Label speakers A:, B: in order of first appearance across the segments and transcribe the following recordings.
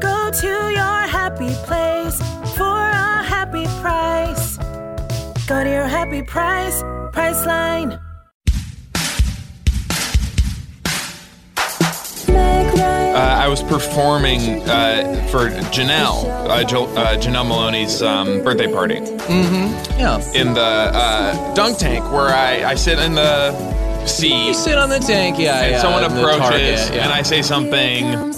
A: Go to your happy place for a happy price. Go to your happy price, Priceline.
B: Uh, I was performing uh, for Janelle, uh, jo- uh, Janelle Maloney's um, birthday party
C: Yeah.
B: in the uh, dunk tank where I, I sit in the
C: You
B: seat
C: sit on the tank, yeah.
B: and
C: yeah,
B: someone
C: in the
B: approaches
C: target, yeah.
B: and I say something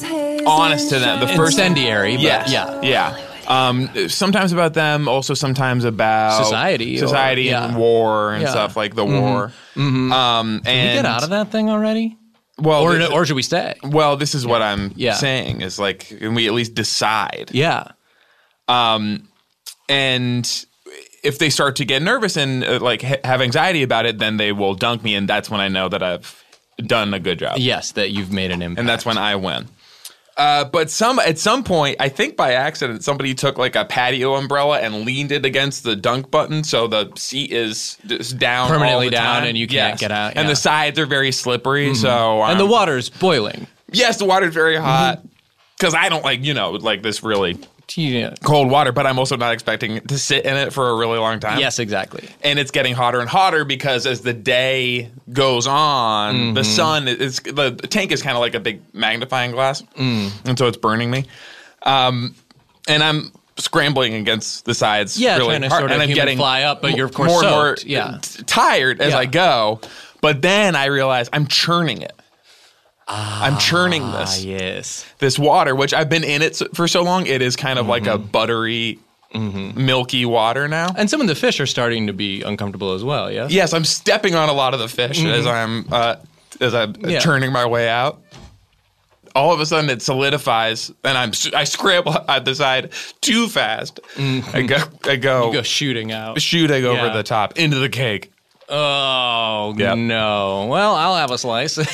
B: honest to them. The first
C: incendiary, but
B: yes,
C: yeah.
B: yeah. Um, sometimes about them, also sometimes about
C: Society or-
B: society and
C: yeah.
B: war and
C: Yeah. Mm-hmm.
B: stuff like the war. Um, and
C: Can we get out of that thing already?
B: well,
C: Or
B: this-
C: or should we stay?
B: well, this is what I'm
C: Yeah.
B: saying is like, can we at least decide?
C: Yeah.
B: and if they start to get nervous and uh, like ha- have anxiety about it, then they will dunk me, and that's when I know that I've done a good job,
C: Yes, that you've made an impact.
B: and that's when I win. Uh, but some at some point, I think by accident, somebody took like a patio umbrella and leaned it against the dunk button, so the seat is just down all
C: Permanently
B: the
C: down
B: time.
C: and you can't get out,
B: and
C: yeah. Mm-hmm.
B: the sides are very slippery. So
C: and the Mm-hmm.
B: um,
C: water's boiling.
B: yes, the water's very hot because I don't like you know like this really
C: Yeah.
B: cold water, but I'm also not expecting to sit in it for a really long time.
C: Yes, exactly.
B: and it's getting hotter and hotter because as the day goes on, the
C: Mm-hmm.
B: sun is the tank is kind of like a big magnifying glass,
C: Mm.
B: and so it's burning me. Um, and I'm scrambling against the sides,
C: Yeah,
B: really
C: trying to
B: hard,
C: sort of
B: and I'm
C: human
B: getting
C: fly up, but you're, of course,
B: more and more
C: soaked. Yeah.
B: t- tired as
C: Yeah.
B: I go. But then I realize I'm churning it. I'm churning
C: Ah,
B: this
C: yes.
B: this water, which I've been in it so- for so long. It is kind of like a
C: Mm-hmm.
B: buttery, milky water now.
C: And some of the fish are starting to be uncomfortable as well, yeah?
B: Yes, I'm stepping on a lot of the fish as I'm uh, as I'm
C: Mm-hmm. Yeah.
B: churning my way out. All of a sudden, it solidifies, and I'm I scramble out the side too fast. I go I go,
C: Mm-hmm. You go shooting out.
B: shooting over
C: Yeah.
B: the top into the cake.
C: Oh,
B: Yep.
C: no. Well, I'll have a slice.
B: Hey,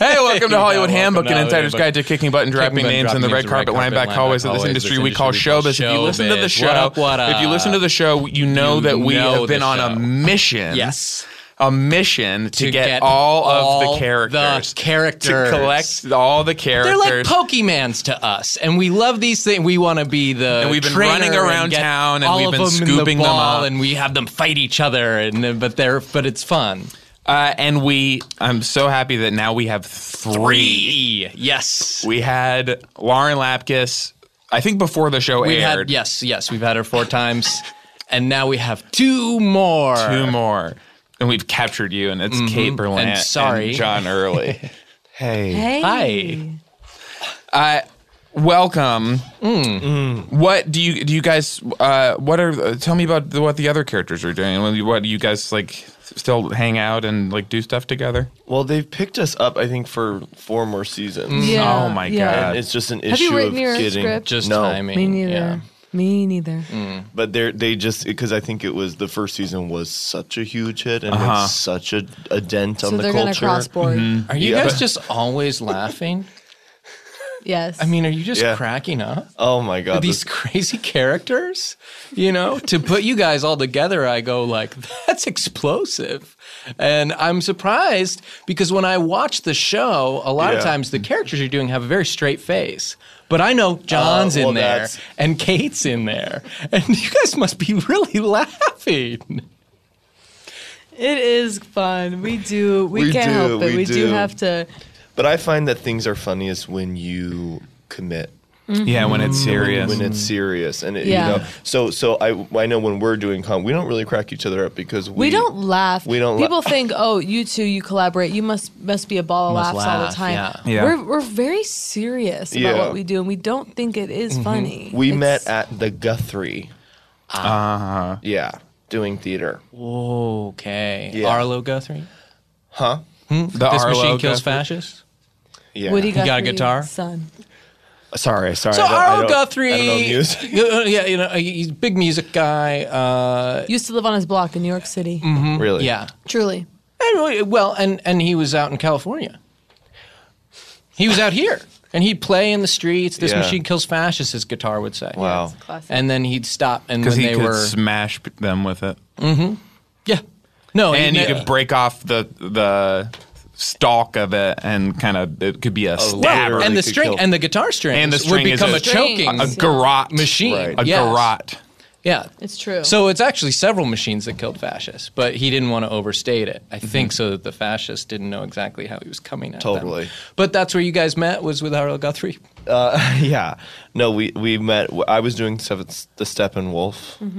B: welcome to
C: Yeah,
B: Hollywood
C: welcome
B: Handbook,
C: to
B: an insider's
C: Hollywood
B: guide to kicking butt and dropping
C: butt and
B: names in the
C: dropping
B: red
C: names
B: carpet,
C: in red carpet,
B: lineback
C: lineback
B: hallways of this
C: hallways,
B: industry
C: this
B: we call
C: industry we call
B: showbiz. If you listen to the
C: showbiz. What
B: show,
C: up, what
B: if you listen to
C: up?
B: the show, you know
C: You
B: that we
C: know
B: have been
C: the
B: on
C: show.
B: a mission.
C: Yes.
B: a mission to, get, all, of
C: all
B: the characters,
C: the characters.
B: to collect all the
C: They're
B: characters.
C: like Pokemans to us, and we love these things. We want to be the
B: And we've been
C: trainer
B: running around
C: and get
B: town, and
C: all
B: we've
C: of
B: been
C: them in
B: scooping
C: the
B: them
C: ball,
B: up.
C: and we have them fight each other. And then- but they're but it's fun.
B: uh, and we, I'm so happy that now we have three.
C: yes,
B: We had Lauren Lapkus. I think before the show
C: we
B: aired,
C: had yes, yes, we've had her four times, and now we have two more.
B: two more, and we've captured you, Mm-hmm. and it's Kate Berlant
C: And sorry.
B: John Early. hey,
D: Hey.
B: uh,
C: Hi.
B: welcome. Mm. What do you do? You guys, uh, what are? Uh, tell me about the, what the other characters are doing. What, do you- what do you guys like? Still hang out and like do stuff together.
E: Well, they've picked us up, I think, for four more seasons.
D: Yeah,
B: Oh my
D: yeah.
B: God.
E: And it's just an issue
D: Mm. Have you written
E: of
D: your own
E: getting
D: script?
C: Just
E: no,
C: timing.
D: Me neither.
C: Yeah.
D: Me neither.
E: but they they just because I think it was the first season was such a huge hit and
C: Uh-huh.
E: made such a, a dent
D: So
E: on the
D: they're going to
E: culture. Mm-hmm.
D: cross board.
C: Are you
E: Yeah.
C: guys just always laughing?
D: Yes.
C: I mean, are you just
E: Yeah.
C: cracking up?
E: oh my god,
C: these
E: this-
C: crazy characters, you know, to put you guys all together, I go like, that's explosive. And I'm surprised because when I watch the show, a lot of
E: Yeah.
C: times the characters you're doing have a very straight face. But I know John's
E: Uh, well,
C: in there
E: that's-
C: and Kate's in there. And you guys must be really laughing.
D: it is fun. We do. We,
E: We
D: can't
E: do,
D: help it. We,
E: we
D: do.
E: do.
D: have to.
E: but I find that things are funniest when you commit.
C: Mm-hmm.
B: Yeah, when it's serious.
E: When it's serious, and it,
D: Mm-hmm. Yeah.
E: you know, so so I I know when we're doing comp, we don't really crack each other up because we,
D: We don't laugh.
E: we don't la-
D: People think, oh, you two, you collaborate. You must must be a ball of
C: Must
D: laughs all the
C: laugh,
D: time.
B: yeah. Yeah.
D: We're we're very serious about
E: Yeah. Mm-hmm.
D: what we do, and we don't think it is funny.
E: We
D: It's-
E: met at the Guthrie. Uh-huh. Yeah, doing theater.
C: Okay.
E: Yeah.
C: Arlo Guthrie.
E: Huh?
B: the
C: This
B: Arlo
C: machine kills
B: Guthrie.
C: fascists.
E: Yeah.
D: Woody Guthrie,
C: got a guitar?
D: Son.
E: Sorry, sorry.
C: So
E: I don't- I
C: Arlo
E: don't-
C: Guthrie,
E: I don't know music.
C: you- yeah, you know, he's a big music guy. Uh,
D: Used to live on his block in New York City.
B: Mm-hmm.
E: really?
C: yeah,
D: Truly.
C: And, well, well, and and he was out in California. He was out here, and he'd play in the streets. This
E: Yeah.
C: machine kills fascists. His guitar would say.
E: Wow.
D: Classic.
C: And then he'd stop, and when
B: because he
C: they
B: could
C: were
B: smash p- them with it,
C: yeah, no, he
B: and you
C: ma-
B: could break off the the stalk of it, and kind of it could be a stab
E: literally.
B: or
C: and the
E: could
C: string
E: kill.
C: and the guitar strings
B: And the string
C: would
B: is
C: become
B: a-
C: a choking
B: a
D: Strings.
B: garrote
C: machine.
E: Right.
B: a
C: yes.
B: garrote.
C: Yeah,
D: It's true.
C: So it's actually several machines that killed fascists, but he didn't want to overstate it. I think
B: Mm-hmm.
C: so that the fascists didn't know exactly how he was coming at them.
E: Totally.
C: But that's where you guys met was with Harold Guthrie.
E: Yeah. No, we we met. I was doing seventh, the Steppenwolf,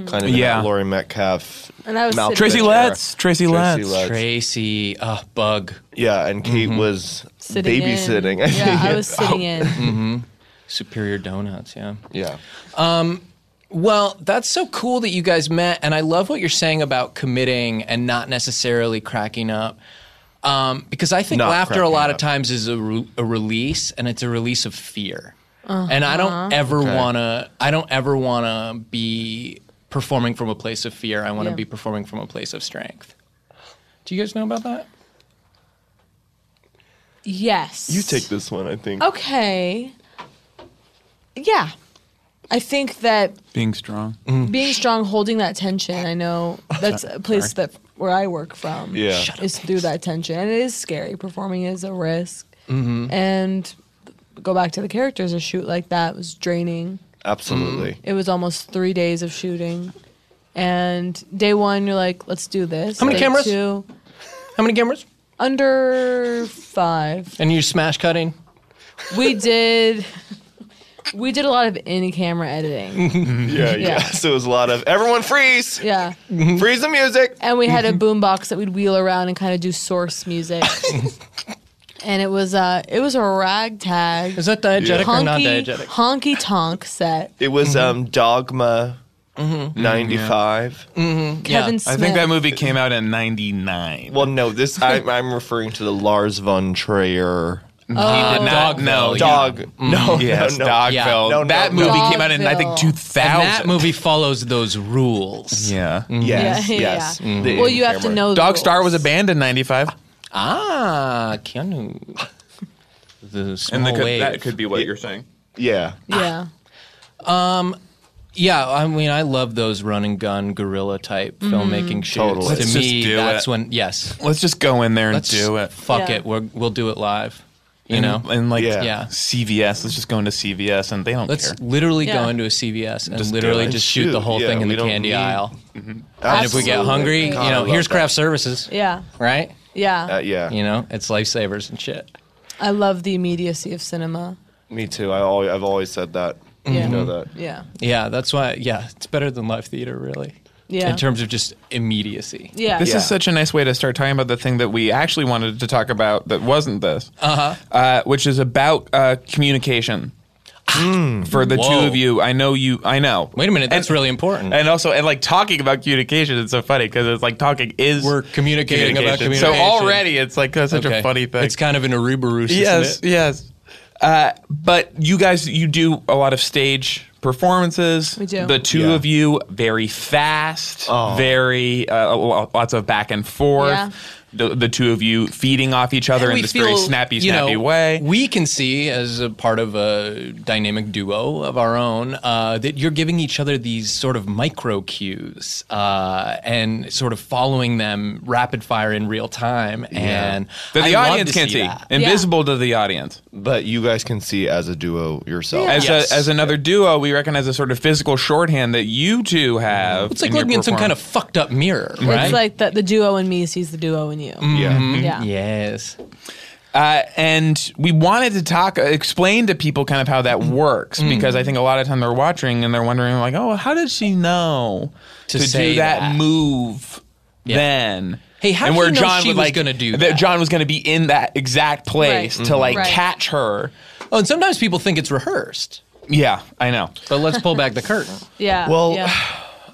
E: kind of.
B: Yeah.
E: Yeah. Laurie Metcalf.
D: Mm-hmm. And I was
E: Malkovich
D: sitting- Tracy
E: era.
B: Letts, Tracy
E: Tracy
B: Letts. Mm-hmm.
E: Letts.
C: Tracy, uh, bug.
E: Yeah, and Kate was
D: Sitting in.
E: babysitting. Oh. I
D: Yeah,
E: think.
D: I was sitting in.
C: Superior Donuts, yeah.
E: yeah.
C: Well, that's so cool that you guys met, and I love what you're saying about committing and not necessarily cracking up. Um, because I think
E: Not
C: laughter a
E: cracking
C: lot of
E: up.
C: times is a, re- a release, and it's a release of fear.
D: Uh-huh.
C: And I don't ever wanna, I don't ever wanna be performing from a place of fear. I wanna
D: Yeah.
C: be performing from a place of strength. Do you guys know about that?
D: Yes.
E: You take this one, I think.
D: Oh. Okay. Yeah. I think that
B: Being strong.
C: Hmm.
D: being strong, holding that tension, I know that's a place that where I work from.
E: Yeah. Shut
D: Is through that tension. And it is scary. Performing is a risk.
C: Mm-hmm.
D: And go back to the characters, a shoot like that was draining.
E: Absolutely.
B: Mm.
D: It was almost three days of shooting. And day one, you're like, let's do this.
C: How many
D: Day
C: cameras?
D: Two,
C: How many cameras?
D: under five.
C: And you smash cutting?
D: We did. We did a lot of in-camera editing.
E: Yeah, yeah,
D: Yeah.
E: So it was a lot of everyone freeze,
D: Yeah,
B: Mm-hmm.
E: freeze the music.
D: and we had a boombox that we'd wheel around and kind of do source music. and it was uh, it was a ragtag,
C: Is that diegetic or non
D: honky
C: diegetic?
D: honky tonk set.
E: It was
B: Mm-hmm.
E: um Dogma 95.
D: Kevin
C: Yeah.
D: Smith.
B: I think that movie came out in '99.
E: Well, no, this I, I'm referring to the Lars von Trier
B: he did not
C: Dogville,
B: know.
C: yeah.
E: dog. No,
B: Yes,
E: no, no.
B: Dogville.
C: Yeah. No,
E: no,
B: that
E: no.
B: movie came out in I think
D: Dogville.
B: 2000.
C: And that movie follows those rules.
B: Yeah.
E: Yes,
D: Yeah, yeah,
E: yes. Mm-hmm.
D: yeah.
E: The
D: well, you have to
E: in-camera.
D: know. the
B: Dog Star
D: rules.
B: was a band in '95.
C: Ah, Keanu. The small wave.
B: be what you're saying.
E: Yeah,
D: Yeah,
C: yeah, I mean, I love those run and gun guerrilla type filmmaking shoots.
E: Totally.
C: To
B: Let's just
C: me,
B: do
C: that's
B: it.
C: when yes,
B: Let's just go in there and
C: let's
B: do it.
C: Fuck
D: Yeah.
C: it, We're, we'll do it live. You
B: And-
C: know,
B: and like
E: Yeah.
C: Yeah.
B: CVS. Let's just go into CVS and they don't
C: let's
B: care.
C: literally go
D: Yeah.
C: into a CVS and
B: Just
C: literally
B: do it.
C: just shoot, the
E: Shoot,
C: whole
E: yeah,
C: thing in
E: we
C: the
E: don't
C: candy
E: need-
C: aisle. And if we get
D: Absolutely.
C: hungry,
D: God,
C: you
E: I
C: know,
E: love
C: here's
E: that.
C: craft services,
D: yeah,
C: right?
D: yeah.
E: Uh, yeah.
C: You know, it's lifesavers and shit.
D: I love the immediacy of cinema.
E: Me too. I always, I've always said that.
D: Yeah.
E: You know that.
D: Yeah,
C: Yeah, that's why. Yeah, it's better than live theater, really.
D: Yeah.
C: In terms of just immediacy.
D: yeah.
B: This
E: Yeah.
B: is such a nice way to start talking about the thing that we actually wanted to talk about that wasn't this, uh-huh. uh, which is about uh, communication. For the
C: Whoa.
B: two of you, I know you. I know.
C: Wait a minute, that's really important.
B: And also, and like talking about communication, it's so funny because it's like talking is
C: We're communicating about
B: So
C: communication.
B: already, it's like that's such
C: Okay.
B: a funny thing.
C: It's kind of an Ouroboros,
B: yes,
C: isn't it?
B: yes. Uh, but you guys, you do a lot of stage performances. We
D: do.
B: The two
E: Yeah.
B: of you, very fast,
C: Oh.
B: very uh, lo- lots of back and forth.
D: Yeah.
B: The, the two of you feeding off each other in
C: We
B: this
C: feel,
B: very snappy,
C: you know,
B: snappy way.
C: We can see as a part of a dynamic duo of our own uh, that you're giving each other these sort of micro cues uh, and sort of following them rapid fire in real time. And
B: that the
C: I love
B: audience
C: to
B: can see,
C: that.
B: invisible to the audience.
E: But you guys can see as a duo yourself.
B: As,
C: Yes.
B: a, as another duo, we recognize a sort of physical shorthand that you two have.
C: It's like
B: in your
C: looking in some kind of
B: performance.
C: fucked up mirror, right?
D: It's like that the duo in me sees the duo in you.
E: Mm-hmm. Yeah.
D: Yeah.
C: yes.
B: Uh, and we wanted to talk, uh, explain to people kind of how that
C: Mm-hmm.
B: works because I think a lot of time they're watching and they're wondering, like, oh, how did she know
C: To say
B: do that,
C: that.
B: move then?
C: Hey, how
B: and
C: did
B: where
C: you know
B: John
C: she
B: was
C: was
B: like,
C: gonna do that? Mm-hmm.
B: that? John was going to be in that exact place
D: Right.
B: to like
D: Right.
B: catch her.
C: Oh, and sometimes people think it's rehearsed,
B: Yeah, I know.
C: but let's pull back the curtain.
D: Yeah.
E: Well,
D: yeah.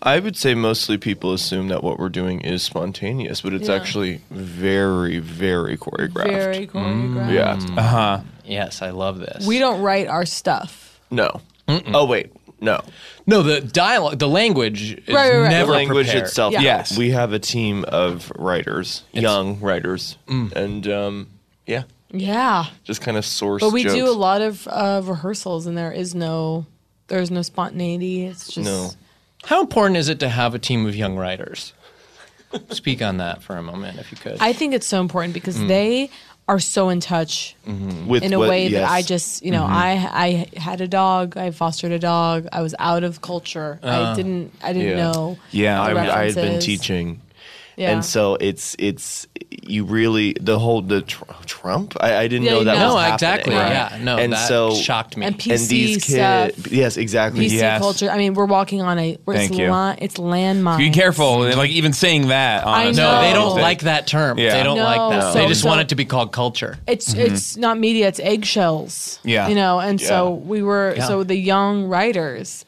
E: I would say mostly people assume that what we're doing is spontaneous, but it's
D: Yeah.
E: actually very, very choreographed.
D: very choreographed.
E: yeah.
C: Yes, I love this.
D: We don't write our stuff.
E: No. Oh wait, no.
C: No, the dialogue, the language is
D: Right, right, right.
C: never
E: The language
C: prepared.
E: itself.
D: Yeah.
B: Yes.
E: We have a team of writers, young writers, and um, yeah,
D: Yeah.
E: just kind of source.
D: But we
E: jokes.
D: do a lot of uh, rehearsals, and there is no there's no spontaneity. It's just
E: No.
C: How important is it to have a team of young writers? Speak on that for a moment, if you could.
D: I think it's so important because they are so in touch
E: with
D: in a
E: Hmm. Mm-hmm. what-
D: way that I
E: yes. Mm-hmm.
D: just, you know, I I had a dog, I fostered a dog, I was out of culture, I didn't I didn't
E: Uh, yeah.
D: know.
B: Yeah,
D: the
B: I-
E: I, I had been
D: references.
E: teaching.
D: Yeah.
E: And so it's it's you really the whole the tr- Trump I, I didn't
D: Yeah,
E: know
D: you
E: that
D: know.
C: no,
E: was happening.
C: exactly.
D: Right.
C: Yeah, no,
E: and
C: that
E: so
C: shocked me.
D: and PC
E: and these
D: stuff,
E: kids yes exactly
D: PC
B: Yes.
D: culture. I mean, we're walking on a we're
B: Thank
D: it's,
B: you.
D: li- it's landmines.
B: Be careful. Like even saying that. Honestly.
C: no,
D: No.
C: they don't like that term.
B: Yeah.
C: They don't
D: No,
C: like that.
D: so-
C: they just want
D: so-
C: it to be called culture.
D: It's
E: Mm-hmm.
D: it's not media, it's eggshells.
B: Yeah.
D: You know, and so
E: Yeah. Mm.
D: we were
C: Yeah.
D: so the young writers,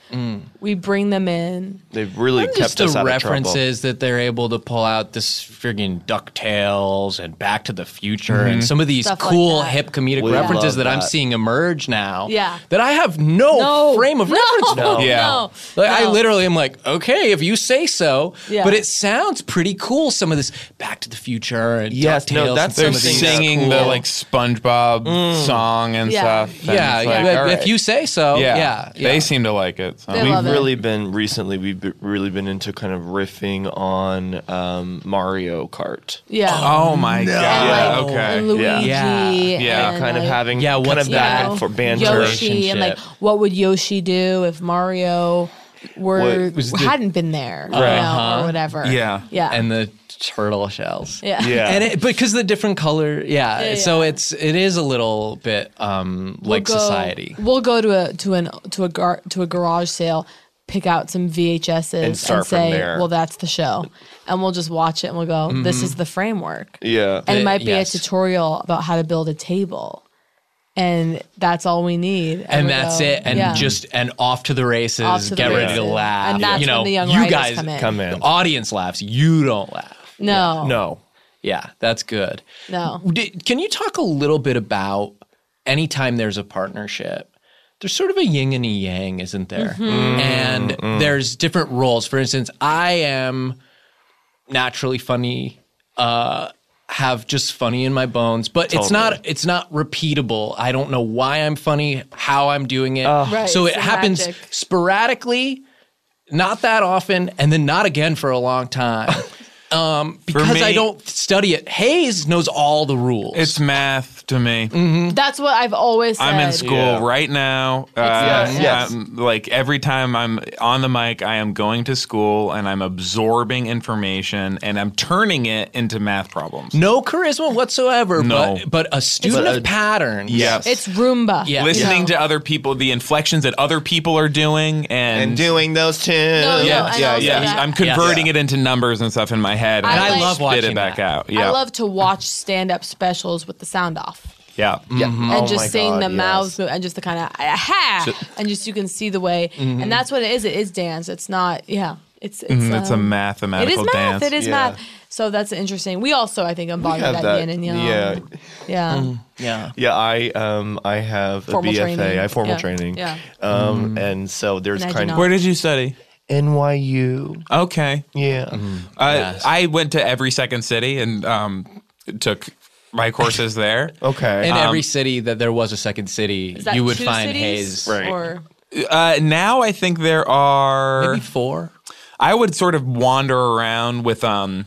D: we bring them in.
E: they've really
C: And
E: kept
C: just
E: us
C: the
E: out of trouble.
C: references that they're able to pull out this friggin' DuckTales and Back to the Future and some of these
D: Stuff like
C: cool
D: that.
C: hip comedic
E: Mm-hmm. We
C: references
E: love
C: that, I'm
E: that.
C: seeing emerge now.
D: Yeah.
C: That I have no, frame of
D: no,
C: reference for.
E: Oh,
D: No,
B: Yeah.
C: Like I
D: no.
C: literally am like, okay, if you say so.
D: Yeah.
C: But it sounds pretty cool. Some of this Back to the Future and
E: Yes, no,
C: DuckTales. and
E: that's
C: some
B: They're
C: of these-
E: something that's
B: singing the
E: cool.
B: like SpongeBob song and
D: Yeah.
B: stuff. and
C: Yeah,
B: it's like,
C: yeah,
B: all
C: if
B: right.
C: you say so. Yeah,
B: yeah,
C: yeah.
B: they seem to like it. So.
D: They
B: We-
D: love
E: We've
D: it.
E: really been recently. We've be- really been into kind of riffing on um, Mario Kart.
D: Yeah.
B: oh my god!
D: And, like,
B: okay.
D: and Luigi.
E: Yeah.
B: Yeah. Yeah,
D: and,
E: Kind of
D: like,
E: having
C: Yeah,
E: kind
C: what's
E: of back
C: that?
E: and forth banter.
D: Yoshi and like
C: Relationship.
D: what would Yoshi do if Mario were
E: What
D: hadn't been there, you
E: Right.
D: know, or whatever.
B: Yeah.
D: yeah,
C: Uh-huh. And the turtle shells.
D: yeah.
E: Yeah.
C: and it, because the different color, yeah.
D: Yeah,
C: So
D: yeah.
C: it's it is a little bit um
D: We'll
C: like
D: go-
C: society.
D: We'll go to a to an to a gar- to a garage sale, pick out some VHSs,
E: And start from
D: say,
E: there.
D: "Well, that's the show," and we'll just watch it and we'll go, "This is the framework."
E: Yeah.
D: and
C: Uh,
D: it might be
C: yes.
D: a tutorial about how to build a table, and that's all we need.
C: And
D: we
C: that's
D: go,
C: it, and
D: yeah.
C: just and off to the races.
D: Off to the
C: get ready to
D: races.
C: laugh.
D: And that's
C: you know,
D: when the young
C: you
D: writers
C: guys
D: come in.
E: Come in.
C: The audience laughs. You don't laugh.
D: no,
E: No.
C: Yeah, that's good.
D: no.
C: Did, can you talk a little bit about anytime there's a partnership? There's sort of a yin and a yang, isn't there?
B: Mm-hmm.
C: And there's different roles. For instance, I am naturally funny, uh, have just funny in my bones, but it's not it's not repeatable. I don't know why I'm funny, how I'm doing it.
D: Right,
C: so it
D: it's the
C: happens
D: magic.
C: sporadically, not that often, and then not again for a long time. Um, because I
B: me-
C: don't study it. Hayes knows all the rules.
B: It's math to me.
D: That's what I've always said.
B: I'm in school
E: Yeah.
B: right now.
D: Yes,
B: Uh,
E: yes.
B: I'm- like every time I'm on the mic, I am going to school and I'm absorbing information and I'm turning it into math problems.
C: no charisma whatsoever,
B: No.
C: but, but a student
E: But
C: of
E: a-
C: patterns.
B: Yes.
D: It's Roomba.
C: Yeah.
B: Listening
D: No.
B: to other people, the inflections that other people are doing, and,
E: And doing those tunes.
D: no,
B: yeah,
D: and
B: yeah,
D: also
B: yeah.
D: that-
B: I'm converting it into numbers and stuff in my head,
D: I like-
B: just
D: love
B: spit
C: watching
B: it back
C: that.
B: out. Yeah,
D: I love to watch stand up specials with the sound off
B: yeah,
E: Yeah.
D: and
E: Oh my
D: just seeing
E: God,
D: the
E: yes.
D: mouths move and just the kind of ha and just you can see the way
E: Mm-hmm.
D: and that's what it is. It is dance. It's not yeah. It's it's,
B: Mm, it's a
D: um, It is
B: mathematical
D: math.
B: dance.
D: It is
E: Yeah.
D: math. So that's interesting. We also I think embody
E: have
D: that,
E: that,
D: yin and yang.
E: yeah. Mm.
D: Yeah.
C: Yeah.
E: Yeah, I um I have
D: Formal
E: a BFA.
D: training.
E: I have formal
D: Yeah.
E: training.
D: Yeah.
E: Um and so there's
D: And I do
E: kind of
D: not. Where
B: did you study?
E: NYU.
B: Okay,
E: Yeah.
B: Uh, I went to every second city and um, took my courses there.
E: Okay.
C: In
E: Uh,
B: Um,
C: every city that there was a second city,
D: Is that
C: you would
D: two
C: find
D: cities
C: Hayes.
E: Right.
D: Or
B: Uh, now I think there are.
C: Maybe four.
B: I would sort of wander around with um,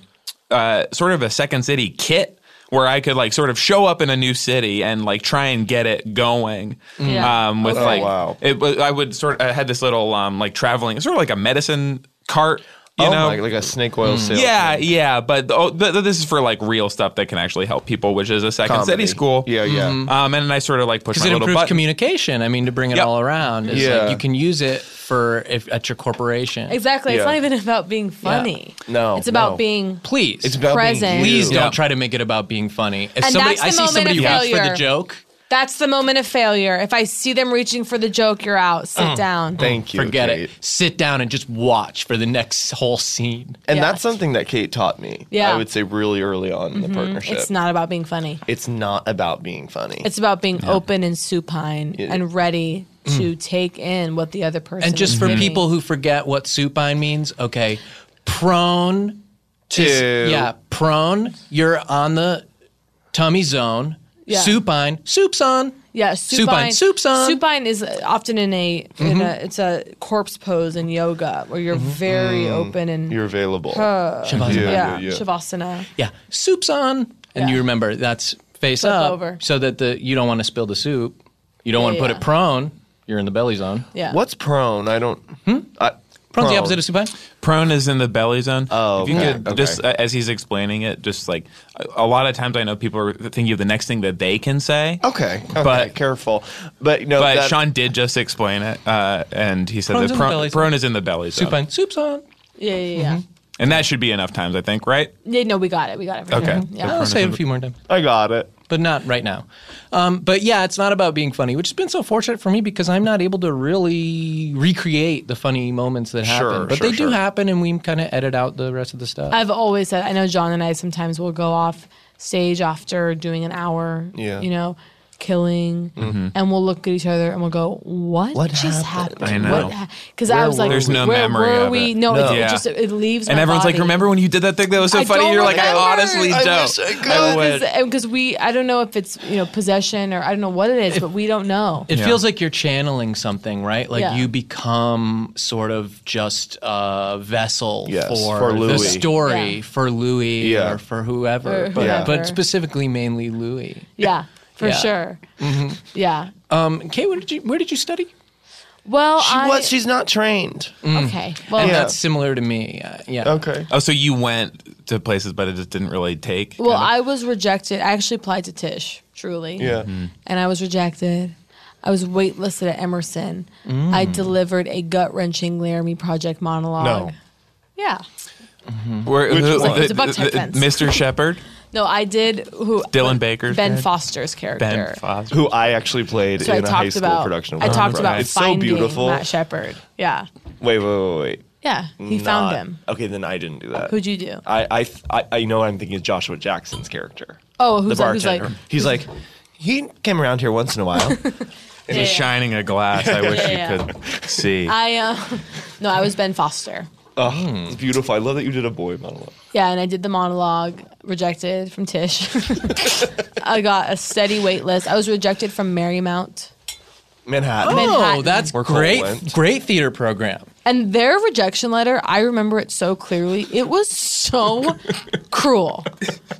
B: uh, sort of a second city kit. Where I could like sort of show up in a new city and like try and get it going,
D: Yeah.
B: um, with
D: Okay.
B: like
E: Oh, wow.
B: it. wa- I would sort. I had this little um, like traveling, sort of like a medicine cart, you
E: oh,
B: know,
E: like, like a snake oil sale.
B: Yeah, yeah, but oh, th- th- this is for like real stuff that can actually help people, which is a second city
E: Comedy.
B: school.
E: Yeah, yeah.
B: Um, and I sort of like push
C: Because
B: my
C: it
B: little
C: improves
B: button.
C: communication. I mean, to bring it
B: Yep.
C: all around, is
E: Yeah.
C: like you can use it for if at your corporation.
D: exactly. It's
E: Yeah.
D: not even about being funny.
E: No,
D: It's about
E: no.
D: being
C: Please,
E: It's about
D: Present.
E: being you.
C: please don't
B: Yeah.
C: try to make it about being funny. If
D: And
C: somebody,
D: that's the
C: I see
D: moment
C: somebody
D: of
C: reach for the
D: failure.
C: joke.
D: That's the moment of failure. If I see them reaching for the joke, you're out.
E: Mm.
D: Sit down.
E: Thank you.
C: Forget
E: Kate.
C: it. Sit down and just watch for the next whole scene.
E: And
D: Yeah.
E: that's something that Kate taught me.
D: Yeah. Mm-hmm.
E: I would say really early on in the partnership.
D: It's not about being funny.
E: It's not about being funny.
D: It's about being open and supine and ready to take in what the other person
C: And just
D: is
C: for
D: giving.
C: people who forget what supine means, okay, prone to yeah, prone. You're on the tummy zone.
D: Yeah.
C: Supine, soup's on.
D: Yeah, supine.
C: Supine. Soup's on.
D: Supine is uh, often in a in a it's a corpse pose in yoga where you're very open and
E: You're available.
C: Shavasana.
E: Yeah.
D: Uh, yeah,
E: yeah.
D: shavasana.
C: Yeah, soup's on, and
D: Yeah.
C: you remember that's face
D: Flip
C: up,
D: over.
C: so that the you don't want to spill the soup. You don't want to put
D: yeah.
C: it prone. You're in the belly zone.
D: Yeah.
E: What's prone? I don't. Hmm? I,
C: Prone's the opposite of supine.
B: Prone is in the belly zone.
E: Oh,
B: if you
E: okay,
B: could
E: okay.
B: just uh, as he's explaining it, just like a, a lot of times, I know people are thinking of the next thing that they can say.
E: Okay, okay,
B: But-
E: careful. But no,
B: But
E: that-
B: Sean did just explain it, uh, and he said
C: Prone's
B: that
C: in the
B: prone,
C: belly zone.
B: prone is in the belly zone,
C: Supine, soup's on.
D: Yeah, yeah, yeah.
B: and that should be enough times, I think, right?
D: Yeah, no, we got it. We got it. For
B: Okay.
D: Sure. Yeah.
C: I'll
B: Prone is
C: say it
B: in
C: a
B: the-
C: few more times.
E: I got it.
C: but not right now. Um, but yeah, it's not about being funny, which has been so fortunate for me because I'm not able to really recreate the funny moments that happen.
E: Sure,
C: but
E: sure,
C: they do
E: sure.
C: happen, and we kind of edit out the rest of the stuff.
D: I've always said I know John and I sometimes will go off stage after doing an hour,
E: Yeah.
D: you know, killing,
B: Mm-hmm.
D: and we'll look at each other and we'll go, "What,
E: What
D: just
E: happened?
D: happened?"
B: I know.
D: Because I
E: Where
D: was like,
E: were
B: There's no
D: where
B: memory
D: were
B: of
D: we?
B: it.
D: No, it-
E: No.
D: It,
B: Yeah.
D: just it leaves.
B: And
D: my
B: everyone's like,
D: body.
B: "Remember when you did that thing that was so
D: I
B: funny?"
D: don't
B: You're like,
D: remember.
B: "I honestly
D: I
B: don't."
E: wish I could.
B: wish.
D: Because um, we, I don't know if it's you know possession or I don't know what it is, but we don't know.
C: it
B: Yeah.
C: feels like you're channeling something, right? Like
D: Yeah.
C: you become sort of just a vessel
E: Yes,
C: for,
E: for
C: the
E: Louis.
C: story,
D: Yeah.
C: for Louis
E: Yeah.
C: or for whoever,
D: For
C: but,
D: whoever.
C: but specifically mainly Louis.
D: yeah, for
C: Yeah.
D: sure.
E: Mm-hmm.
D: Yeah.
C: Um, Kate, where did you where did you study?
D: Well,
E: She
D: I
E: what? She's not trained.
B: Mm.
D: okay. Well,
C: And
E: Yeah.
C: Oh, that's similar to me. Uh, yeah.
E: Okay.
B: Oh, so you went to places, but it just didn't really take.
D: Well,
B: kind
D: I was rejected. I actually applied to Tish, truly.
E: Yeah.
D: And I was rejected. I was waitlisted at Emerson. I delivered a gut wrenching Laramie Project monologue.
B: Mm. No.
D: Yeah.
B: of? Where-
E: Which
B: who-
E: one?
B: the-
D: It's a buck
B: the-
D: type fence.
B: Mr. Shepard,
D: No, I did who
B: Dylan Baker's
D: Ben
B: dad?
D: Foster's character.
B: Ben Foster.
E: Who I actually played
D: So I
E: in a high
D: talked
E: school
D: about
E: production. of
D: I
E: Wild
D: talked
E: Rose.
D: about
E: It's so
D: finding
E: beautiful.
D: Matt Shepard. Yeah.
E: Wait, wait, wait, wait.
D: Yeah. He
E: Not-
D: found him.
E: Okay, then I didn't do that.
D: Who'd you do?
E: I I th- I, I know I'm thinking of Joshua Jackson's character.
D: Oh,
E: the
D: who's like- who's
E: bartender.
D: like-
E: He's like, he came around here once in a while.
D: Yeah,
B: Just
D: yeah.
B: shining a glass. I wish
D: Yeah,
B: you could see.
D: I uh, no, I was Ben Foster.
E: oh, it's beautiful. I love that you did a boy monologue.
D: Yeah, and I did the monologue, rejected from Tish. I got a steady wait list. I was rejected from Marymount.
E: Manhattan.
C: Oh,
D: Manhattan.
C: that's
E: Where Cole
C: great!
E: went.
C: Great theater program.
D: And their rejection letter, I remember it so clearly. It was so cruel.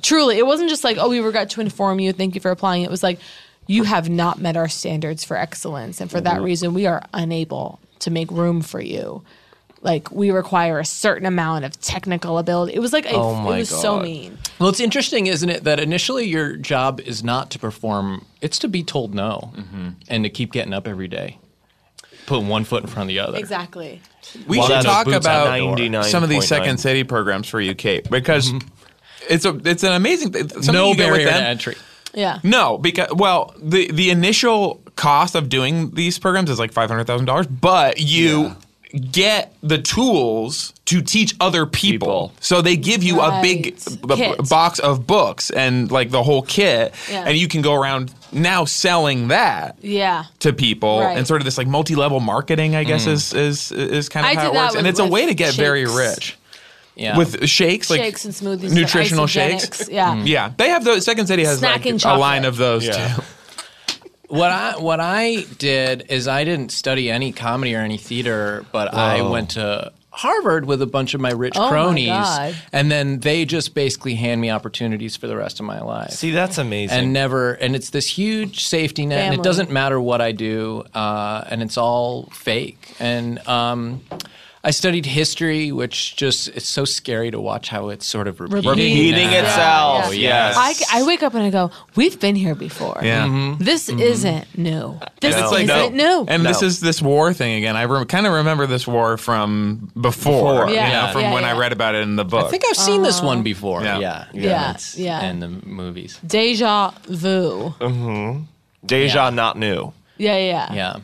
D: Truly. It wasn't just like, oh, we regret to inform you. Thank you for applying. It was like, you have not met our standards for excellence. And for that reason, we are unable to make room for you. Like, we require a certain amount of technical ability. It was like, a,
E: Oh my
D: it was so
E: God.
D: mean.
C: Well, it's interesting, isn't it, that initially your job is not to perform; it's to be told no, and to keep getting up every day, putting one foot in front of the other.
D: Exactly.
B: we
E: Well,
B: should
E: that's
B: talk
E: boots on
B: about
E: 99.9.
B: some of these second city programs for you, Kate, because it's a it's an amazing. thing. Something
C: No
B: you get with
C: barrier to
B: them-
C: entry.
D: Yeah.
B: No, because well, the the initial cost of doing these programs is like five hundred thousand dollars, but you get the tools to teach other people.
E: People.
B: So they give you a big
D: Right.
B: b- b-
D: Kit.
B: box of books and like the whole kit,
D: Yeah.
B: and you can go around now selling that.
D: Yeah.
B: To people
D: Right.
B: and sort of this like multi-level marketing, I
E: Mm.
B: guess is is is kind of
D: I
B: how
D: did
B: it
D: that
B: works, and
D: with-
B: it's a
D: with
B: way to get very
D: shakes.
B: rich
C: Yeah.
B: with shakes, like
D: shakes and smoothies,
B: nutritional shakes.
D: isogenics. Yeah.
B: Yeah, they have those. Second City has like
D: Snack and
B: a
D: chocolate.
B: line of those
E: Yeah.
B: too.
C: what I what I did is I didn't study any comedy or any theater, but I went to Harvard with a bunch of my rich
D: Oh my
C: cronies,
D: God.
C: and then they just basically hand me opportunities for the rest of my life.
E: See, that's amazing.
C: and never and it's this huge safety net and it
D: Family.
C: doesn't matter what i do uh, and it's all fake and um, i studied history which just it's so scary to watch how it's sort of repeating,
E: Repeating
C: now.
E: itself,
D: Yeah.
E: yes.
D: I, I wake up and I go, we've been here before.
B: Yeah.
D: This isn't new. This
B: And it's Mm-hmm. like
D: isn't
B: no.
D: new.
B: And this
E: No.
B: is this war thing again. I rem- kind of remember this war from before,
E: Before.
B: you know,
C: Yeah.
B: from
D: Yeah,
B: when I
D: yeah.
B: read about it in the book.
C: i think i've seen this one before
B: Yeah.
C: yeah yeah
D: Uh-huh. Yeah.
C: It's-
D: Yeah.
C: and the movies
D: Deja vu.
E: Deja
C: Yeah.
E: not new.
D: Yeah, yeah.
C: yeah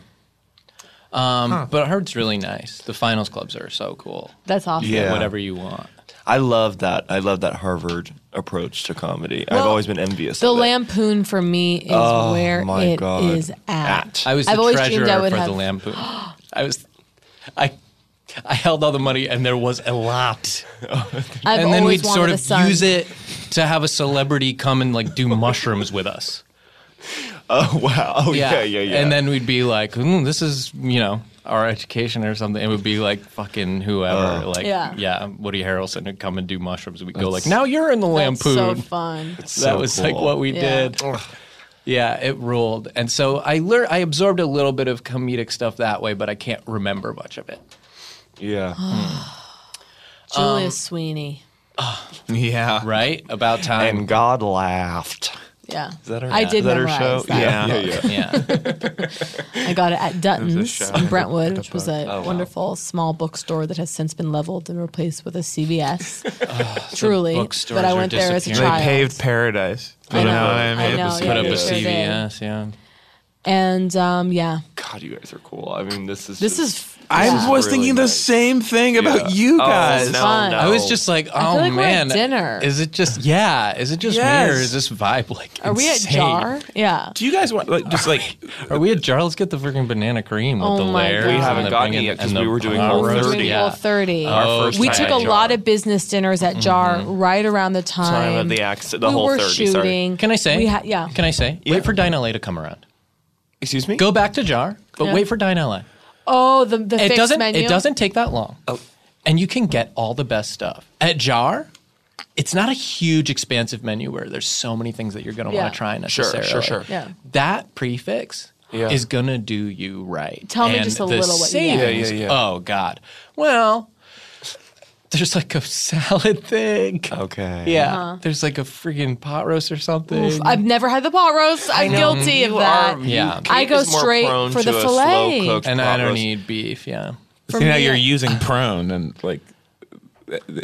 C: Um, But I heard it's really nice. The finals clubs are so cool.
D: That's awesome.
E: Yeah.
C: Whatever you want.
E: I love that. I love that Harvard approach to comedy. I've
D: Well,
E: always been envious.
D: The
E: of it.
D: lampoon for me is where
E: my
D: it is
E: God.
D: at.
C: I was the
D: I've always
C: treasurer
D: dreamed I would
C: for
D: have.
C: the lampoon. I was, I, I held all the money, and there was a lot.
D: I've
C: and then
D: always
C: we'd
D: wanted
C: sort
D: a
C: of
D: son.
C: use it to have a celebrity come and like do mushrooms with us.
E: Oh wow! Oh yeah, yeah, yeah.
C: And then we'd be like, mm, "This is you know our education or something." It would be like fucking whoever,
E: Uh.
C: like
D: Yeah.
C: yeah. Woody Harrelson would come and do mushrooms. We'd go like, "Now you're in the
D: That's
C: lampoon."
D: so fun.
C: that
E: So
C: was like
E: cool.
C: what we
D: Yeah.
C: did. Yeah, it ruled. And so I learned, I absorbed a little bit of comedic stuff that way, but I can't remember much of it.
E: yeah.
D: Oh. Julia Sweeney.
B: Yeah.
C: Right about time.
E: And God laughed.
D: Yeah. Is
E: that her-
D: I did
E: is that her
D: memorize
E: show?
D: that.
B: Yeah.
E: Yeah, yeah.
C: yeah,
D: I got it at Dutton's
B: show.
D: in Brentwood, which was
E: Oh,
D: a wonderful small bookstore that has since been leveled and replaced with a CVS.
E: Oh,
D: Truly,
C: bookstores
D: but I
C: are
D: went there as a
C: disappearing. They
D: child.
B: paradise.
D: I know. I know.
C: put
D: Yeah,
C: up
D: they
C: a
D: sure did.
C: CVS. Yeah,
D: and um, yeah,
E: God, you guys are cool. I mean, this is
D: this
E: just-
D: is.
B: I
D: yeah.
B: was
E: really
B: thinking the
E: nice.
B: same thing about
E: Yeah.
B: you
E: Oh,
B: guys.
E: no,
D: Fun.
E: no.
C: I was just like, oh
D: feel like we're
C: man,
D: at dinner.
C: Is it just yeah? Is it just
B: Yes.
C: me or is this vibe like?
D: Are we at
C: insane?
D: Jar? Yeah.
B: Do you guys want like just like
C: Are we at Jar? Let's get the freaking banana cream with
D: Oh
C: the
D: my
C: layers.
D: God. We
C: and
D: haven't
C: the
E: gotten
C: bringing-
E: it yet 'cause
C: and the
E: we were doing
C: Paro
E: Whole
D: We're
C: roast.
D: doing
E: 30.
D: Whole
C: Yeah.
D: 30.
E: Our first
D: we
E: time at
D: took a
E: Jar. Mm-hmm.
D: lot of business dinners at Jar right around the time,
E: Time of the accident- the
D: we
E: Whole
D: were
E: 30, sorry.
D: shooting.
C: Can I say?
D: We ha- yeah.
C: Can I say? Wait for Dine LA to come around.
E: excuse me.
C: Go back to Jar, but
D: Yeah.
C: wait for Dine LA.
D: oh, the the
C: It
D: fixed
C: doesn't.
D: menu.
C: It doesn't take that long, and you can get all the best stuff at Jar. It's not a huge, expansive menu where there's so many things that you're going to
D: Yeah.
C: want to try
B: Sure, sure,
C: necessarily.
B: sure.
D: Yeah.
E: Mm-hmm.
C: That prefix
E: Yeah.
C: is going to do you right.
D: Tell me
C: And
D: just a
C: the
D: little what you get. Yeah,
C: savings-
E: yeah, yeah.
C: Oh God. Well, there's like a salad thing.
E: Okay.
C: Yeah. There's like a freaking pot roast or something.
D: Uh-huh. Oof, I've never had the pot roast. I'm guilty of
E: You
D: that.
E: are-
C: Yeah.
D: I
E: Kate
D: go
E: is more
D: straight
E: prone
D: for
E: to
D: the
E: a
D: fillet.
E: slow-cooked
C: and I
E: pot
C: don't
E: roast.
C: need beef. Yeah.
D: For
B: you know
D: me,
B: you're
D: I-
B: using prone and like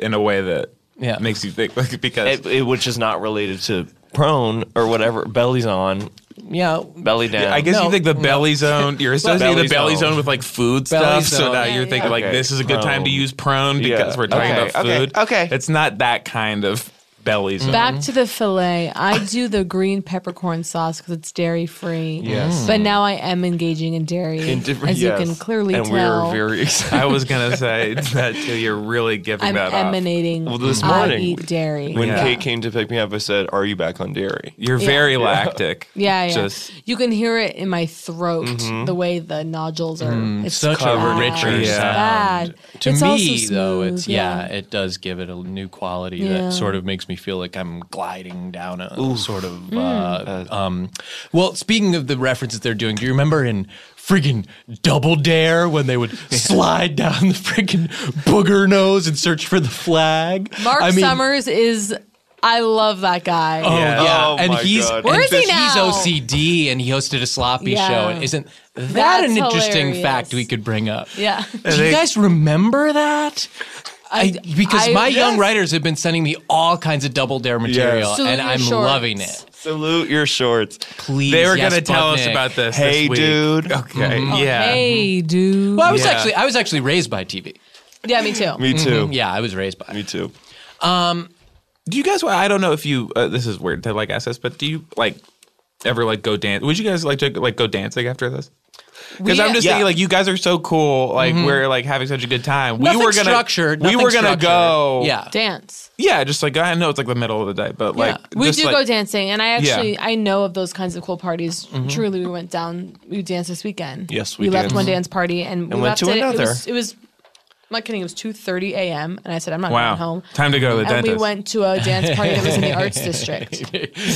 B: in a way that
C: Yeah.
B: makes you think like because
E: It, it- which is not related to prone or whatever. Belly's on,
C: Yeah.
E: belly down.
B: I guess
C: No,
B: you think the belly zone. You're associating
E: Belly
B: the belly
E: zone.
B: zone with like food
C: Belly
B: stuff. So
C: zone.
B: now
C: Yeah,
B: you're
D: yeah.
B: thinking like
E: Okay.
B: this is a good time to
E: Prone.
B: use prone
E: Yeah.
B: because we're talking
E: Okay,
B: about
E: okay,
B: food.
E: okay.
B: it's not that kind of belly zone.
D: Back
E: Mm-hmm.
D: to the fillet. I do the green peppercorn sauce because it's dairy free.
E: Yes.
D: But now I am engaging in dairy,
E: in different.
D: as
E: yes.
D: you can clearly
E: and
D: tell.
E: we were very excited.
B: I was gonna say that too. You're really giving
D: I'm
B: that up.
D: emanating.
E: Well, this
D: I
E: morning,
D: eat dairy.
E: When
B: Yeah.
E: Kate came to pick me up, I said, "Are you back on dairy?"
B: You're very lactic.
D: Yeah, yeah.
B: Just
D: you can hear it in my throat
E: Mm-hmm.
D: the way the nodules are.
E: Mm.
D: it's
C: Such a
D: bad.
C: richer
D: It's
C: sound.
D: bad.
C: To
D: It's also
C: me, though, it's
D: smooth,
C: yeah, it does give it a new quality
D: Yeah.
C: that sort of makes me feel like I'm gliding down a sort of. Uh,
B: Mm.
C: um, well, speaking of the references they're doing, do you remember in friggin' Double Dare when they would slide down the friggin' booger nose and search for the flag?
D: Mark
C: I mean,
D: Summers is. I love that guy.
C: Oh
B: Yeah.
C: yeah,
E: Oh,
C: and
E: my
C: he's
E: God.
C: and
D: Where is he
C: he's
D: now?
C: OCD, and he hosted a sloppy
D: Yeah.
C: show. And isn't that
D: That's
C: an interesting
D: hilarious.
C: fact we could bring up?
D: Yeah.
C: Do you guys remember that? I, because
D: I-
C: my young
D: Yes.
C: writers have been sending me all kinds of double dare material,
D: Salute
C: and
D: your
C: I'm
D: shorts.
C: loving it.
E: Salute your shorts.
C: Please,
B: they were
C: yes,
B: gonna tell us
C: Sputnik.
B: about this.
E: Hey,
B: this week.
E: dude. Mm-hmm. Oh,
B: Okay. Yeah.
D: Hey, dude.
C: Well, I was
B: Yeah.
C: actually I was actually raised by TV.
D: Yeah, me too.
E: Me too.
C: Yeah, I was raised by.
E: Me too.
B: Do you guys? I don't know if you. Uh, this is weird to like ask this, but do you like ever like go dance? Would you guys like to like go dancing after this? Because
D: We-
B: I'm just
E: Yeah.
B: thinking, like you guys are so cool. Like we're like having such a good time. We
C: Mm-hmm. Nothing
B: were gonna
C: structured.
B: We
C: nothing
B: were gonna
C: structured.
B: go.
C: Yeah.
D: Dance.
B: yeah. Just like I know it's like the middle of the day, but like
D: Uh, we
B: just,
D: do
B: like-
D: go dancing, and I
B: Yeah.
D: actually I know of those kinds of cool parties. Truly, we went down. We danced this weekend.
E: Yes, we
D: we left
E: did.
D: one dance party and, we
E: went
D: left
E: to
D: it,
E: another.
D: It was, it was, I'm not kidding. It was two thirty a.m. and I said, I'm not
B: Wow.
D: going home.
B: Time to go to the
D: and
B: dentist.
D: we went to a dance party that was in the arts district.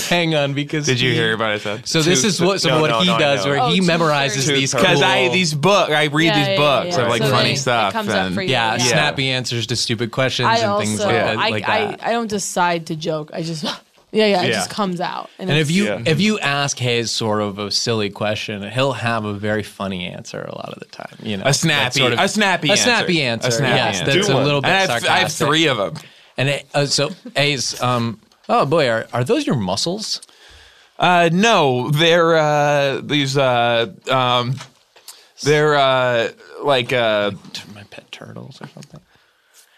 C: Hang on, because
B: Did you
C: he-
B: hear about it? Seth?
C: So this
E: Two-
C: is what some
E: no,
C: of what
E: no,
C: he
E: no,
C: does,
E: no.
C: where
D: Oh,
C: he
D: two
C: memorizes
D: thirty.
C: these
B: because
C: cool-
B: I these book. I read
D: Yeah,
B: these
D: yeah, yeah,
B: books
D: yeah.
B: of like
D: So
B: funny
D: they- it
B: stuff.
D: comes up
B: and-
D: for you.
C: Yeah,
D: Yeah.
C: snappy answers to stupid questions
D: I
C: and things
D: also
C: like that.
D: I,
C: like
D: I,
C: that.
D: I don't decide to joke. I just yeah yeah it
B: Yeah.
D: just comes out.
C: and if
D: it's-
C: you
E: Yeah.
C: if you ask Hayes sort of a silly question, he'll have a very funny answer a lot of the time. You know,
B: A snappy,
C: That sort of-
B: a snappy,
C: a snappy answer.
B: a snappy
C: yes,
B: answer.
C: that's
E: Do
C: a
E: one.
C: little
B: And
C: bit
B: I have,
C: sarcastic.
B: I have three of them.
C: And it, uh, so Hayes, um, oh boy, are are those your muscles?
B: Uh, no, they're uh, these uh, um, They're uh, like uh,
C: my pet turtles or something.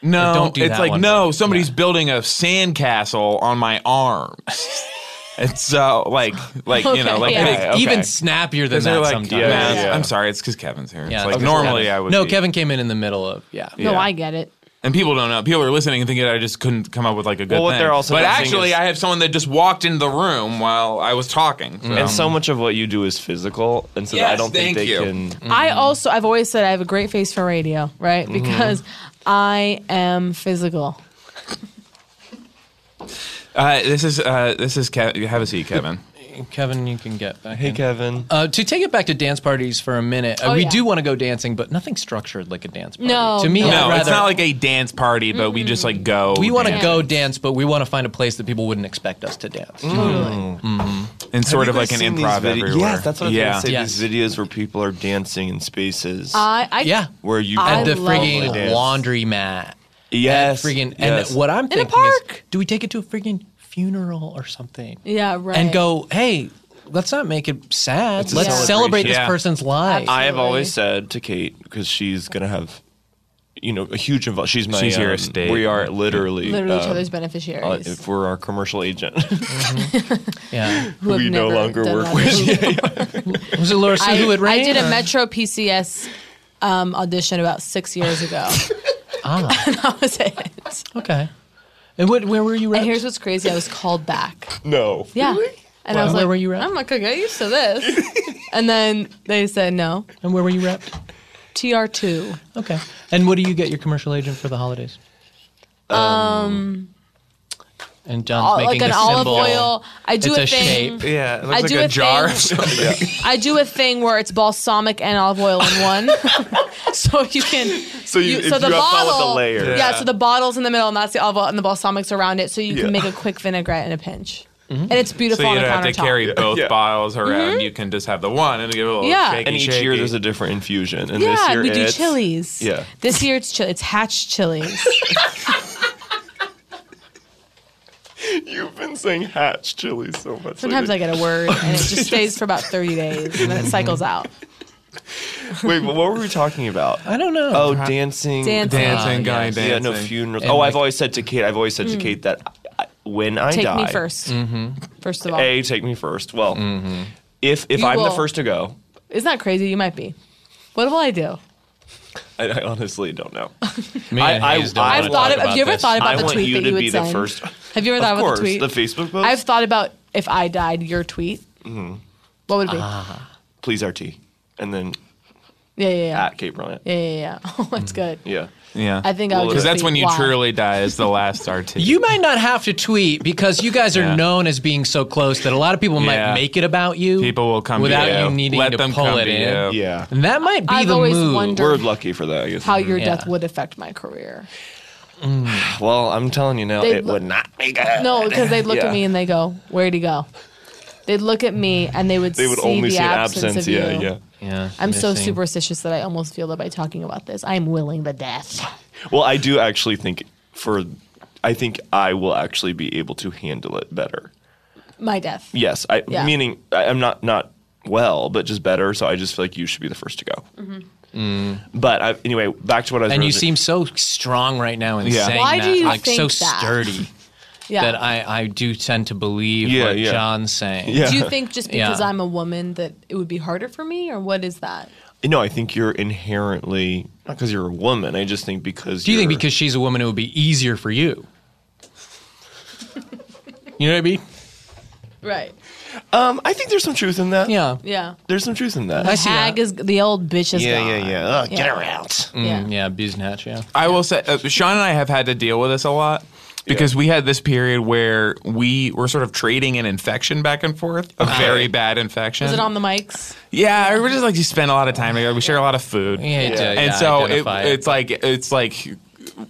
B: no,
C: Don't do
B: it's
C: that
B: like
C: one,
B: no,
C: but-
B: somebody's
C: yeah.
B: building a sandcastle on my arms. it's so like like you know
D: Okay,
B: like
D: yeah.
B: hey,
D: Like,
B: okay.
C: Even snappier
B: Because
C: than that
B: they're like,
C: sometimes.
B: yeah,
E: Yeah,
B: nah,
E: yeah.
B: I'm sorry, it's because Kevin's here.
C: Yeah,
B: it's like
C: okay.
B: normally I would.
C: No,
B: be-
C: Kevin came in in the middle of yeah.
D: No,
B: Yeah.
D: I get it.
B: And people don't know. People are listening and thinking I just couldn't come up with like a good
E: Well, what
B: thing.
E: they're also
B: but
E: not seeing
B: actually,
E: is-
B: I have someone that just walked into the room while I was talking. So.
E: and so much of what you do is physical, and so I
B: Yes,
E: don't
B: thank
E: think they
B: you.
E: can.
D: I also I've always said I have a great face for radio, right? Because I am physical.
B: uh, this is uh, this is Kev- have a seat, Kevin.
C: Kevin, you can get back.
E: Hey,
C: in.
E: Kevin.
C: Uh, to take it back to dance parties for a minute, uh,
D: Oh,
C: we
D: yeah.
C: do want to go dancing, but nothing structured like a dance party.
D: No,
C: to me,
D: no.
C: I'd
B: no,
C: rather,
B: it's not like a dance party, but we just like go.
C: we want to
B: dance.
C: go dance, but we want to find a place that people wouldn't expect us to dance.
B: Mm. and sort of
E: Have you
B: like an
E: guys seen these
B: improv
E: vide-
B: everywhere.
E: Yes, that's what I was
B: yeah.
E: gonna say.
C: Yeah.
E: These videos where people are dancing in spaces
D: I, I
C: Yeah,
E: where you
D: I
C: at the
D: love
C: friggin'
E: that.
C: laundromat.
E: yes,
C: at friggin'
E: yes.
C: and what I'm thinking
D: park.
C: is, do we take it to a friggin' funeral or something?
D: yeah right
C: and go, hey, let's not make it sad.
E: a
C: let's
D: celebration.
C: celebrate this
B: Yeah.
C: person's life.
D: Absolutely.
E: I have always said to Kate because she's gonna have, you know, a huge involvement. She's my.
B: She's your
E: um,
B: estate.
E: We are literally
D: literally each
E: um,
D: other's
E: uh,
D: beneficiaries.
E: if we're our commercial agent,
C: yeah.
D: who have
E: we no
D: never
E: longer
D: done
E: work
D: that.
E: with.
C: Was it Laura Sue
D: I,
C: who had
D: I
C: rain?
D: did a Metro PCS um, audition about six years ago.
C: Ah,
D: that was it.
C: okay. And what, where were you
D: And
C: at?
D: here's what's crazy: I was called back.
E: no.
D: Yeah. And I
C: Wow.
D: was
C: Where
D: like,
C: were you at?
D: I'm not gonna get used to this. and then they said no.
C: And where were you at?
D: TR2.
C: Okay. And what do you get your commercial agent for the holidays? Um, and John's
D: All,
C: making
D: like an
C: a
D: olive
C: symbol.
D: oil. I do
C: It's
D: a,
C: a
D: thing.
C: shape.
B: Yeah, it looks
D: I
B: like
D: do
B: a,
D: a
B: jar.
D: thing. I do a thing where it's balsamic and olive oil in one. so you can
E: So you, if you have followed the layer.
D: Yeah. so the bottle's in the middle and that's the olive oil and the balsamic's around it so you
E: Yeah.
D: can make a quick vinaigrette in a pinch. And it's beautiful
B: Mm-hmm. So
D: on
B: you
D: a
B: don't have to
D: countertop.
B: carry both
E: Yeah. Mm-hmm.
B: bottles around. You can just have the one and give it a little
D: Yeah.
B: shaky,
E: And each year
B: shaky.
E: there's a different infusion. And this
D: yeah,
E: year
D: we do
E: it's-
D: chilies.
E: Yeah.
D: This year it's chili. It's hatch chilies.
E: You've been saying hatch chili so much.
D: Sometimes I
E: lately.
D: get a word and it just stays for about 30 days and then it cycles
E: Mm-hmm.
D: out.
E: Wait, but what were we talking about?
C: I don't know.
E: Oh, dancing.
D: Dancing.
B: dancing,
C: Ah,
B: guy
C: yes.
B: dancing.
E: Yeah, no funerals.
C: And
E: oh,
C: like-
E: I've always said to Kate. I've always said to Kate that I, I- when I
D: Hmm. Take
E: die,
D: me 1st
B: Mm-hmm.
D: First of all,
E: A, take me first. Well,
C: Mm-hmm.
E: if if
D: You
E: I'm the
D: will.
E: first to go,
D: it's not crazy. You might be. What will I do?
E: I, I honestly don't know.
C: Me
E: I-
C: and
E: I-
C: Hayes don't
E: I've
C: wanna
D: thought
C: talk
D: of- have you ever
C: this.
D: thought about
E: I
D: the
E: want
D: tweet
E: you
D: that
E: to
D: you would
E: be the
D: send?
E: first.
D: Have you ever thought
E: Of
D: about
E: course,
D: the tweet?
E: the Facebook post. Mm-hmm.
D: I've thought about if I died, your tweet. What would it be?
E: Ah. Please RT, and then
D: yeah, yeah, yeah.
E: at Kate Bryant.
D: yeah, yeah, yeah. Oh, that's good.
E: Yeah.
B: Yeah,
D: I think I would.
E: Mm. Well,
D: just
B: because that's
D: tweet,
B: when you
D: "Why?"
B: truly die. Is the last RT.
C: You might not have to tweet because you guys are
B: Yeah.
C: known as being so close that a lot of people
B: Yeah.
C: might make it about you.
B: People will come to
C: without
B: you.
C: you needing
B: Let
C: to
B: them
C: pull
B: come
C: it
B: to
C: in.
B: you.
E: Yeah.
C: And that might be
D: I've
C: the
D: always
C: move.
D: wondered-
E: We're lucky for that, I guess.
D: How your
C: Yeah.
D: death would affect my career.
E: well, I'm telling you now,
D: They
E: it
D: lo-
E: would not be good.
D: No, because they'd look
E: Yeah.
D: at me and they go, "Where'd he go?" They'd look at me and they would.
E: They would
D: see
E: only see
D: the
E: an
D: absence,
E: absence.
D: Of
E: Yeah,
D: you.
E: yeah.
C: Yeah,
D: I'm so
C: missing.
D: superstitious that I almost feel that by talking about this, I am willing the death.
E: Well, I do actually think for, I think I will actually be able to handle it better.
D: My death.
E: Yes, I
D: Yeah.
E: meaning I, I'm not not well, but just better. So I just feel like you should be the first to go. Mm. But I, anyway, back to what I was.
C: And you seem
E: originally-
C: so strong right now in
B: Yeah.
C: saying
D: Why do
C: that,
D: you
C: like
D: think
C: so
D: that?
C: sturdy
D: Yeah.
C: that I, I do tend to believe
E: Yeah,
C: what
E: yeah.
C: John's saying.
E: Yeah.
D: Do you think just because
C: Yeah.
D: I'm a woman that it would be harder for me, or what is that?
E: No, I think you're inherently not because you're a woman. I just think because.
C: Do you think
E: you're-
C: because she's a woman, it would be easier for you? you know what I mean?
D: Right.
E: Um, I think there's some truth in that.
C: Yeah.
D: Yeah.
E: There's some truth in that.
C: I see
D: Hag
C: that.
D: is the old bitch is
E: yeah,
D: gone.
E: yeah, yeah. Ugh, Get
D: Yeah.
E: around.
D: Yeah.
C: Mm, yeah, bees hatch, yeah.
B: I will say, uh, Sean and I have had to deal with this a lot because we had this period where we were sort of trading an infection back and forth, a very bad infection.
D: Is it on the mics?
B: yeah, we were just like, you spend a lot of time together. We share a lot of food.
C: Yeah, it, uh,
B: And
C: yeah,
B: so it,
C: identify it.
B: it's like, it's like uh,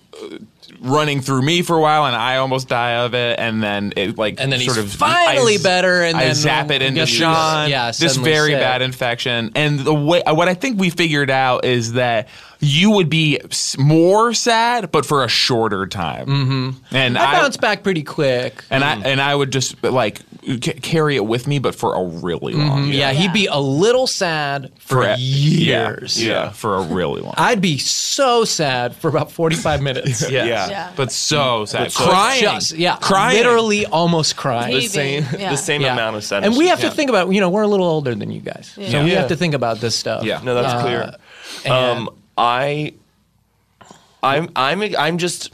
B: running through me for a while and I almost die of it. And then it like,
C: And then he's
B: sort of
C: finally
B: z-
C: better, and
B: I
C: then
B: zap it into
C: gets-
B: Sean.
C: yeah,
B: This
C: suddenly
B: very
C: sick.
B: bad infection. And the way, what I think we figured out is that you would be s- more sad, but for a shorter time. Mm-hmm. And I,
C: I bounce back pretty quick.
B: and I and I would just like c- carry it with me, but for a really long year.
C: Mm-hmm. Yeah, he'd be a little sad for,
B: a- yeah,
C: years.
B: Yeah, for a really long.
C: I'd be so sad for about 45 minutes.
B: Yeah.
E: Yeah.
D: Yeah.
B: but so sad.
C: So
B: crying,
C: just- yeah,
B: crying.
C: literally almost crying.
D: Heaving. Yeah.
E: the same
C: Yeah.
E: amount of sadness.
C: And we have
E: Yeah.
C: to think about, you know, we're a little older than you guys. So
D: Yeah.
C: we
E: Yeah.
C: have to think about this stuff.
B: Yeah.
E: No, that's
B: Uh,
E: clear.
C: and-
E: Um, I, I'm, I'm, I'm just,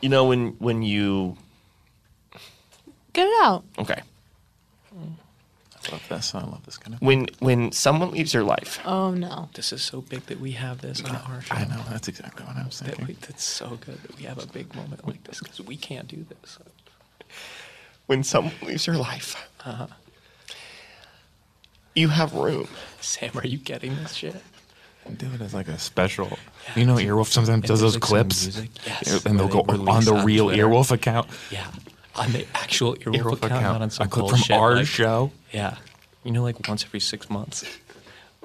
E: you know, when when you,
D: Get it out.
E: okay,
B: I love this. I love this kind of.
E: when when someone leaves your life,
D: Oh no.
C: This is so big that we have this on our show.
B: I know that's exactly what I was
C: That we,
B: thinking.
C: that's so good that we have a big moment like this because we can't do this.
E: when someone leaves your life,
D: Uh-huh.
E: you have room.
C: Sam, are you getting this shit?
B: Do it as like a special. You know, Earwolf sometimes does those
C: like some
B: clips,
C: music, yes,
B: and they'll go
C: where they
B: on
C: release
B: the
C: on
B: real
C: Twitter.
B: Earwolf account.
C: Yeah. On the actual Earwolf,
B: Earwolf
C: account,
B: account.
C: not on some
B: A clip from
C: bullshit,
B: our
C: like-
B: show.
C: Yeah. You know, like once every six months,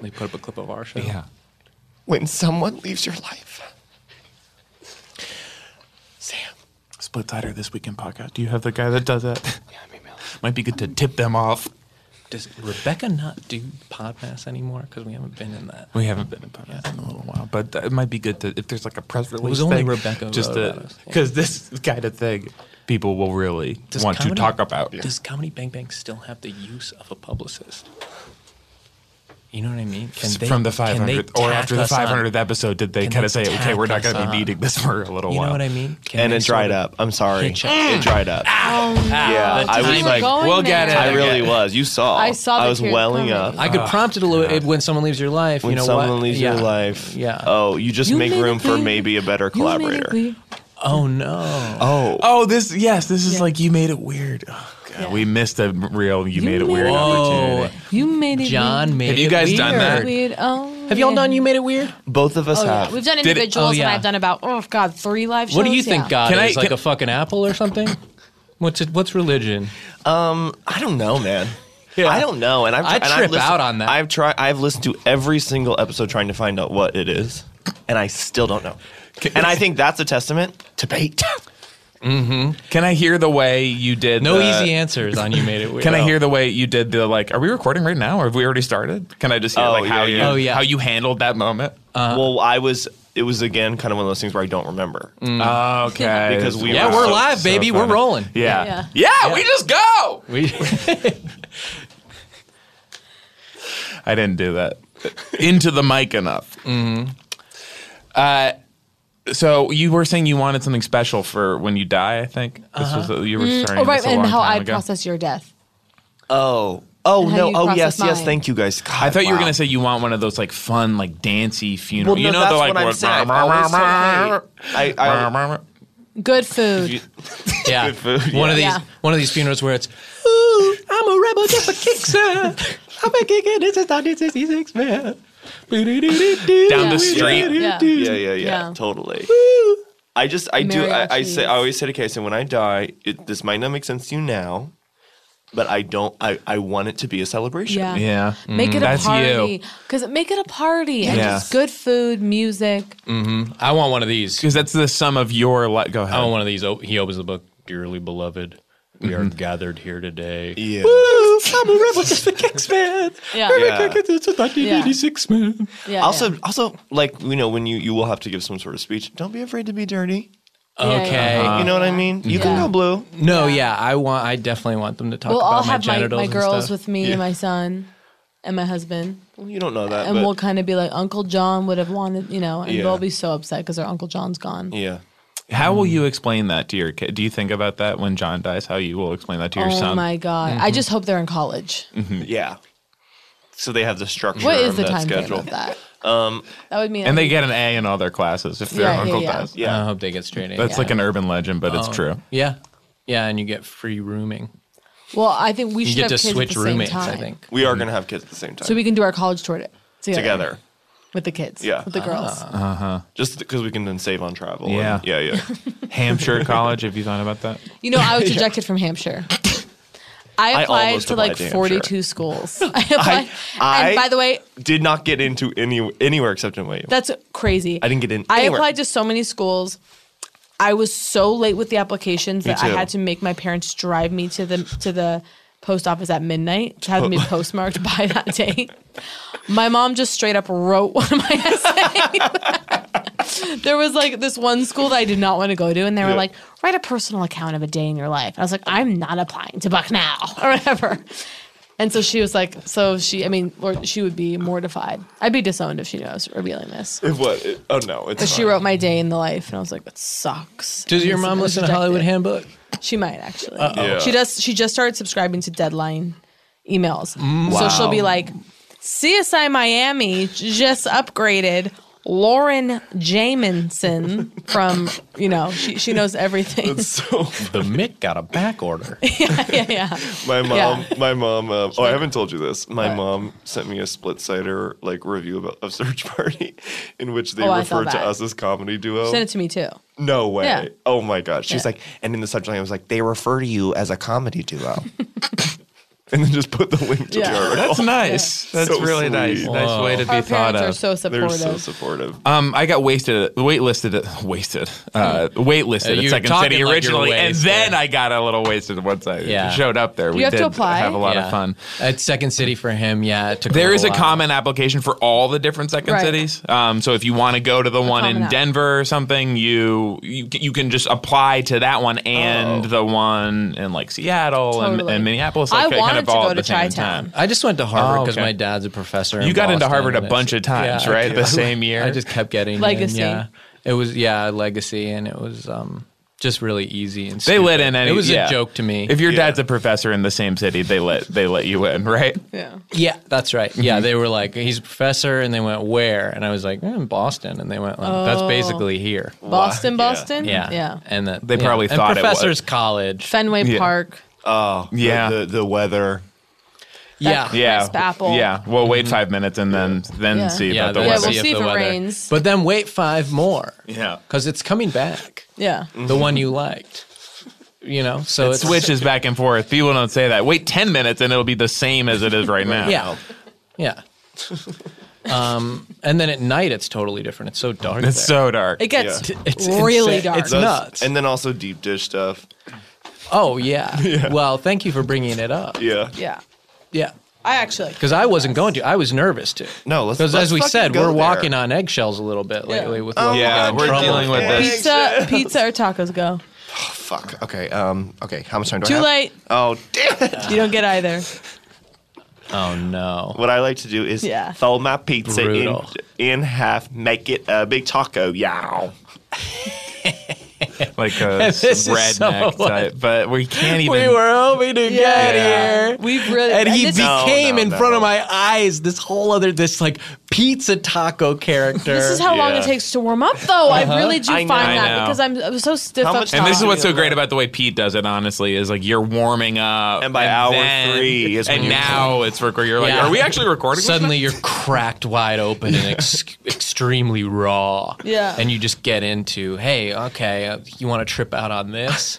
C: they put up a clip of our show.
B: Yeah.
E: When someone leaves your life, Sam,
B: Split Tighter This Weekend podcast. Do you have the guy that does that? Might be good to tip them off.
C: Does Rebecca not do Podmass anymore? Because we haven't been in that.
B: We haven't been in podcast in a little while, but it might be good to, if there's like a press release.
C: was only
B: thing,
C: Rebecca
B: Just
C: wrote about us.
B: because this kind of thing people will really
C: Does
B: want
C: Comedy-
B: to talk about.
C: Does Comedy Bang Bang still have the use of a publicist? You know what I mean? Can
B: S- From the
C: can they
B: 500th or
C: tack
B: after the
C: us on?
B: 500th episode, did they
C: Can
B: kind
C: they
B: of say, okay,
C: tack
B: we're not
C: us
B: going to
C: on?
B: be needing this for a little
C: You
B: while?
C: know what I mean? Can
E: and
C: they
E: it
C: sort
E: dried
C: of
E: up. I'm sorry,
C: hitch us?
E: it dried up.
C: Oh,
D: Oh,
E: Yeah, I
D: We
E: was
D: were
E: like,
D: going
B: we'll get
D: there.
E: I really was. You saw.
D: I saw the
E: I was
D: tears
E: welling
D: coming.
E: up.
C: I
B: Ah.
C: could prompt it a little. When someone leaves your life,
E: when
C: you know
E: someone
C: what?
E: leaves your
C: Yeah.
E: life,
C: Yeah.
E: Oh, you just
D: You
E: make
D: made
E: room
D: it
E: for
D: clear.
E: maybe a better
D: You made it
E: collaborator.
D: clear.
C: Oh no.
E: Oh,
B: Oh, this, yes, this is like you made it weird. Oh, God, We missed a real you, made it weird
C: Whoa.
B: opportunity.
D: You made it.
C: John made
B: Have you
C: it
B: guys done
C: weird.
B: that?
D: Weird. Oh,
C: Have y'all
D: yeah.
C: done You Made It Weird?
E: both of us
D: Oh, yeah.
E: have.
D: We've done
B: Did it-
D: individuals,
C: oh, yeah.
D: and I've done about oh god, three live shows.
C: What do you think
D: yeah.
C: God
B: Can I-
C: is? like
B: can-
C: a fucking apple or something? What's it, what's religion?
E: I don't know, man. I don't know, and I've
C: I
E: and I've
C: trip
E: listened-
C: out on that.
E: I've tried. I've listened to every single episode trying to find out what it is, and I still don't know. And I think that's a testament to bait.
B: Can I hear the way you did
C: No
E: Uh,
B: the-
C: easy answers on You Made It Weird.
B: Can I hear the way you did the like? Are we recording right now, or have we already started? Can I just hear
E: Oh,
B: like how
E: yeah,
B: you
E: yeah.
C: Oh, yeah.
B: how you handled that moment?
E: well, I was. It was again kind of one of those things where I don't remember.
B: Mm. okay,
E: Because we
C: Oh, Yeah,
E: were
C: we're
E: so-
C: live, baby. we're
B: funny.
C: rolling.
B: Yeah.
D: Yeah.
B: Yeah. we just go.
C: We,
B: I didn't do that into the mic enough.
C: Mm-hmm.
B: Uh, so you were saying you wanted something special for when you die. I think this was you were starting.
D: Oh, right,
B: this a
D: and
B: long
D: how
B: time
D: I
B: ago.
D: process your death.
E: Oh, oh
D: And how
E: no,
D: you
E: oh
D: process
E: yes, yes.
D: mine.
E: Thank you guys. God,
B: I thought you were
E: wow.
B: gonna say you want one of those like fun, like dancey funeral.
E: Well, no,
B: you know
E: that's
B: the like.
E: what I'm
B: what-
E: saying. I've always told Kate. I- I-
D: Good food.
C: yeah.
E: food,
C: One of these
D: yeah.
C: one of these funerals where it's Ooh, I'm a rebel just for kicks. uh, I'm a kicking this is 1966, man.
B: Down
C: Down
B: the street.
D: Yeah.
E: yeah, yeah, yeah,
D: Yeah.
E: totally. I just, I do, I, I say, I always say to Casey, when I die, it, this might not make sense to you now, but I don't, I, I want it to be a celebration.
D: Yeah.
B: Yeah,
D: Make it a
B: That's you.
D: party. Because make it a party and
B: Yeah.
D: just good food, music.
C: I want one of these.
B: Because that's the sum of your life. Go ahead.
C: I want one of these. Oh, he opens the book, dearly beloved. We are
B: Mm-hmm.
C: gathered here today.
E: Yeah.
C: Ooh, I'm a rebel just for kicks, man.
D: Yeah.
C: I'm a
E: Yeah.
C: kicking this is 1986, man.
D: Yeah,
E: Also,
D: yeah.
E: also, like you know, when you you will have to give some sort of speech. Don't be afraid to be dirty.
D: yeah, Uh-huh.
C: Okay.
D: yeah.
E: you know what I mean? You can
D: Uh, Yeah.
E: go blue.
C: No, yeah, I want. I definitely want them to talk
D: We'll
C: about
D: all
C: my
D: have my,
C: genitals
D: my
C: and
D: girls
C: stuff.
D: with me and my son and my husband.
E: Well, You don't know that.
D: And
E: Uh, but
D: we'll kind of be like, Uncle John would have wanted, you know, and
E: Yeah.
D: they'll be so upset because their Uncle John's gone.
E: yeah.
B: How
C: mm.
B: will you explain that to your kid? Do you think about that when John dies? How you will explain that to your
D: oh
B: son?
D: my God. I just hope they're in college.
E: Yeah. So they have the structure
D: What
E: of
D: is the
E: that
D: time
E: schedule.
D: frame of that? Um, that would mean
B: and they get an A in all their classes if their
D: Yeah, yeah,
B: uncle
D: yeah.
B: dies.
C: I
E: Yeah.
C: hope they get straight A's.
B: That's
C: yeah.
B: like an urban legend, but
C: Oh.
B: it's true.
C: yeah, yeah, and you get free rooming.
D: Well, I think we
C: You
D: should
C: get
D: have
C: to
D: kids
C: switch
D: at the
C: roommates.
D: same time.
C: I think.
E: We are going to have kids at the same time.
D: So we can do our college tour t- together,
E: together.
D: with the kids.
E: Yeah.
D: With the girls.
E: Just because we can then save on travel. and-
B: Yeah.
E: yeah, yeah.
B: Hampshire College, have you thought about that?
D: You know, I was rejected from Hampshire. I
E: I
D: applied
E: almost
D: to like
E: applied to Hampshire.
D: 42 schools. I applied.
E: I-
D: and by the way,
E: Did not get into any anywhere except in William.
D: that's crazy.
E: I didn't get in
D: I
E: anywhere.
D: applied to so many schools. I was so late with the applications that I
E: too.
D: had to make my parents drive me to the to the post office at midnight to have me postmarked by that date. My mom just straight up wrote one of my essays. there was like this one school that I did not want to go to, and they were like, "Write a personal account of a day in your life." And I was like, "I'm not applying to Bucknell or whatever." And so she was like, "So she, I mean, or she would be mortified. I'd be disowned if she knew I was revealing this."
E: What? Oh no, it's
D: But she
E: fine.
D: wrote my day in the life, and I was like, "That sucks."
C: Does
D: And
C: your
D: it's-
C: mom
D: I was
C: listen to Hollywood
D: rejected.
C: Handbook?
D: She might actually.
E: Yeah.
D: She does. She just started subscribing to Deadline emails, so she'll be like, "CSI Miami just upgraded." Lauren Jamison from you know she, she knows everything
E: So
C: The Mick got a back order.
D: yeah yeah
E: my mom,
D: Yeah.
E: my mom. Uh, oh, I haven't told you this. My mom sent me a split sider like review of, of Search Party, in which they
D: Oh, I saw
E: referred to
D: that.
E: us as comedy duo.
D: send it to me too
E: No way.
D: Yeah.
E: Oh my god. She was
D: Yeah.
E: like, and in the subject line, I was like, they refer to you as a comedy duo. and then just put the link to
D: Yeah.
E: the article.
B: That's nice. That's
E: So
B: really
E: sweet.
B: nice. Nice way to be
D: our
B: thought
D: parents
B: of.
D: are so
E: They're
D: supportive
E: so supportive.
C: Uh,
B: Um, I got wasted, waitlisted, wasted, uh, waitlisted
C: Uh,
B: at
C: you're
B: Second
C: talking
B: City
C: like you're
B: originally, and
C: wasted.
B: then I got a little wasted once I
C: Yeah.
B: showed up there. We
D: have to
B: did
D: apply?
B: have a lot
C: Yeah.
B: of fun.
C: At Second City for him, yeah. It took
B: There is a
C: little while.
B: common application for all the different second
D: Right.
B: cities. Um, so if you want to go to the one
D: common
B: in
D: app.
B: Denver or something, you, you you can just apply to that one and the one in like Seattle and,
D: Totally.
B: and Minneapolis.
D: I
B: like, kind
D: wanted
B: of
D: to
B: all
D: go
B: at
D: to
B: the same
D: Chi-Town.
B: time.
C: I just went to Harvard
B: Oh,
C: because
B: okay.
C: my dad's a professor. in
B: You got into
C: Boston,
B: Harvard a
C: and
B: bunch of
C: it's- yeah,
B: times,
C: I
B: right?
C: did.
B: The same year.
C: I just kept getting in,
D: Legacy.
C: yeah, it was yeah legacy, and it was um just really easy and
B: They
C: stupid.
B: let in any.
C: It was
B: yeah.
C: a joke to me.
B: If your
E: Yeah.
B: dad's a professor in the same city, they let they let you in, right?
D: yeah
C: yeah, that's right.
B: Mm-hmm.
C: Yeah, they were like, he's a professor, and they went where? And I was like, "Eh, in Boston, and they went, like, that's basically here.
D: Boston
E: yeah.
D: Boston
C: Yeah,
D: Oh. Mm-hmm. yeah
C: and that
B: They
C: yeah.
B: probably
C: and
B: thought it was.
C: professors college.
D: Fenway
B: Yeah.
D: Park
E: Oh, the-
B: Yeah.
E: The, the, weather.
C: Yeah,
B: Yeah.
D: Crisp apple.
B: Yeah. Well, wait five minutes and then Mm-hmm. then
D: Yeah.
B: see
C: yeah.
B: about the
C: then
D: Yeah,
B: weather.
D: we'll
C: see
D: see if
C: the
D: it
C: weather-
D: rains.
C: but then wait five more.
B: Yeah.
C: because it's coming back.
D: yeah
C: the one you liked. You know, so
B: It
C: it's
B: switches back and forth. People don't say that. Wait ten minutes and it'll be the same as it is right now.
C: Yeah, yeah. um, and then at night, it's totally different. It's so dark.
B: It's
C: there.
B: so dark.
D: it gets
C: T- it's
D: really
C: insane.
D: dark.
C: It's
D: Those-
C: nuts.
E: And then also deep dish stuff.
C: oh yeah. Well, thank you for bringing it up.
E: Yeah.
D: yeah
C: Yeah.
D: I actually like
C: Because I wasn't going to. I was nervous to.
E: No, let's-
C: Because
E: let's
C: as we
E: fucking
C: said,
E: go
C: we're
E: there. Oh.
C: walking on eggshells a little bit lately with. what we
B: yeah,
C: got in
B: we're
C: trouble
B: dealing with
C: for.
B: this.
D: Oh, pizza pizza or tacos go
E: Fuck. Okay. Um. Okay. How much time do
D: Too
E: I have?
D: late.
E: Oh, damn it.
D: You don't get either.
C: Oh no.
E: What I like to do is
D: Yeah.
E: fold my pizza in,
C: Brutal.
E: in half, make it a big taco. Yeah.
B: Like a
C: This is
B: redneck
C: someone-
B: type. But we can't even
C: We were hoping to get
D: Yeah.
C: here.
D: We've really
C: and he
D: this,
E: No,
C: became
E: no,
C: in
E: no.
C: front of my eyes this whole other this like pizza taco character.
D: this is how long
E: Yeah.
D: it takes to warm up, though. I really do
E: I know.
D: find
B: I
D: that
B: know.
D: because I'm, I'm so stiff
E: How
D: up
E: much
D: top.
B: And this is
E: Talking
B: what's so
E: about-
B: great about the way Pete does it, honestly, is like you're warming up.
E: And by hour
B: then-
E: three is when
B: And
E: you're-
B: now it's recording. You're like,
C: Yeah.
B: are we actually recording? this
C: Suddenly you're cracked wide open and ex- extremely raw.
D: Yeah.
C: And you just get into, hey, okay, uh, you want to trip out on this?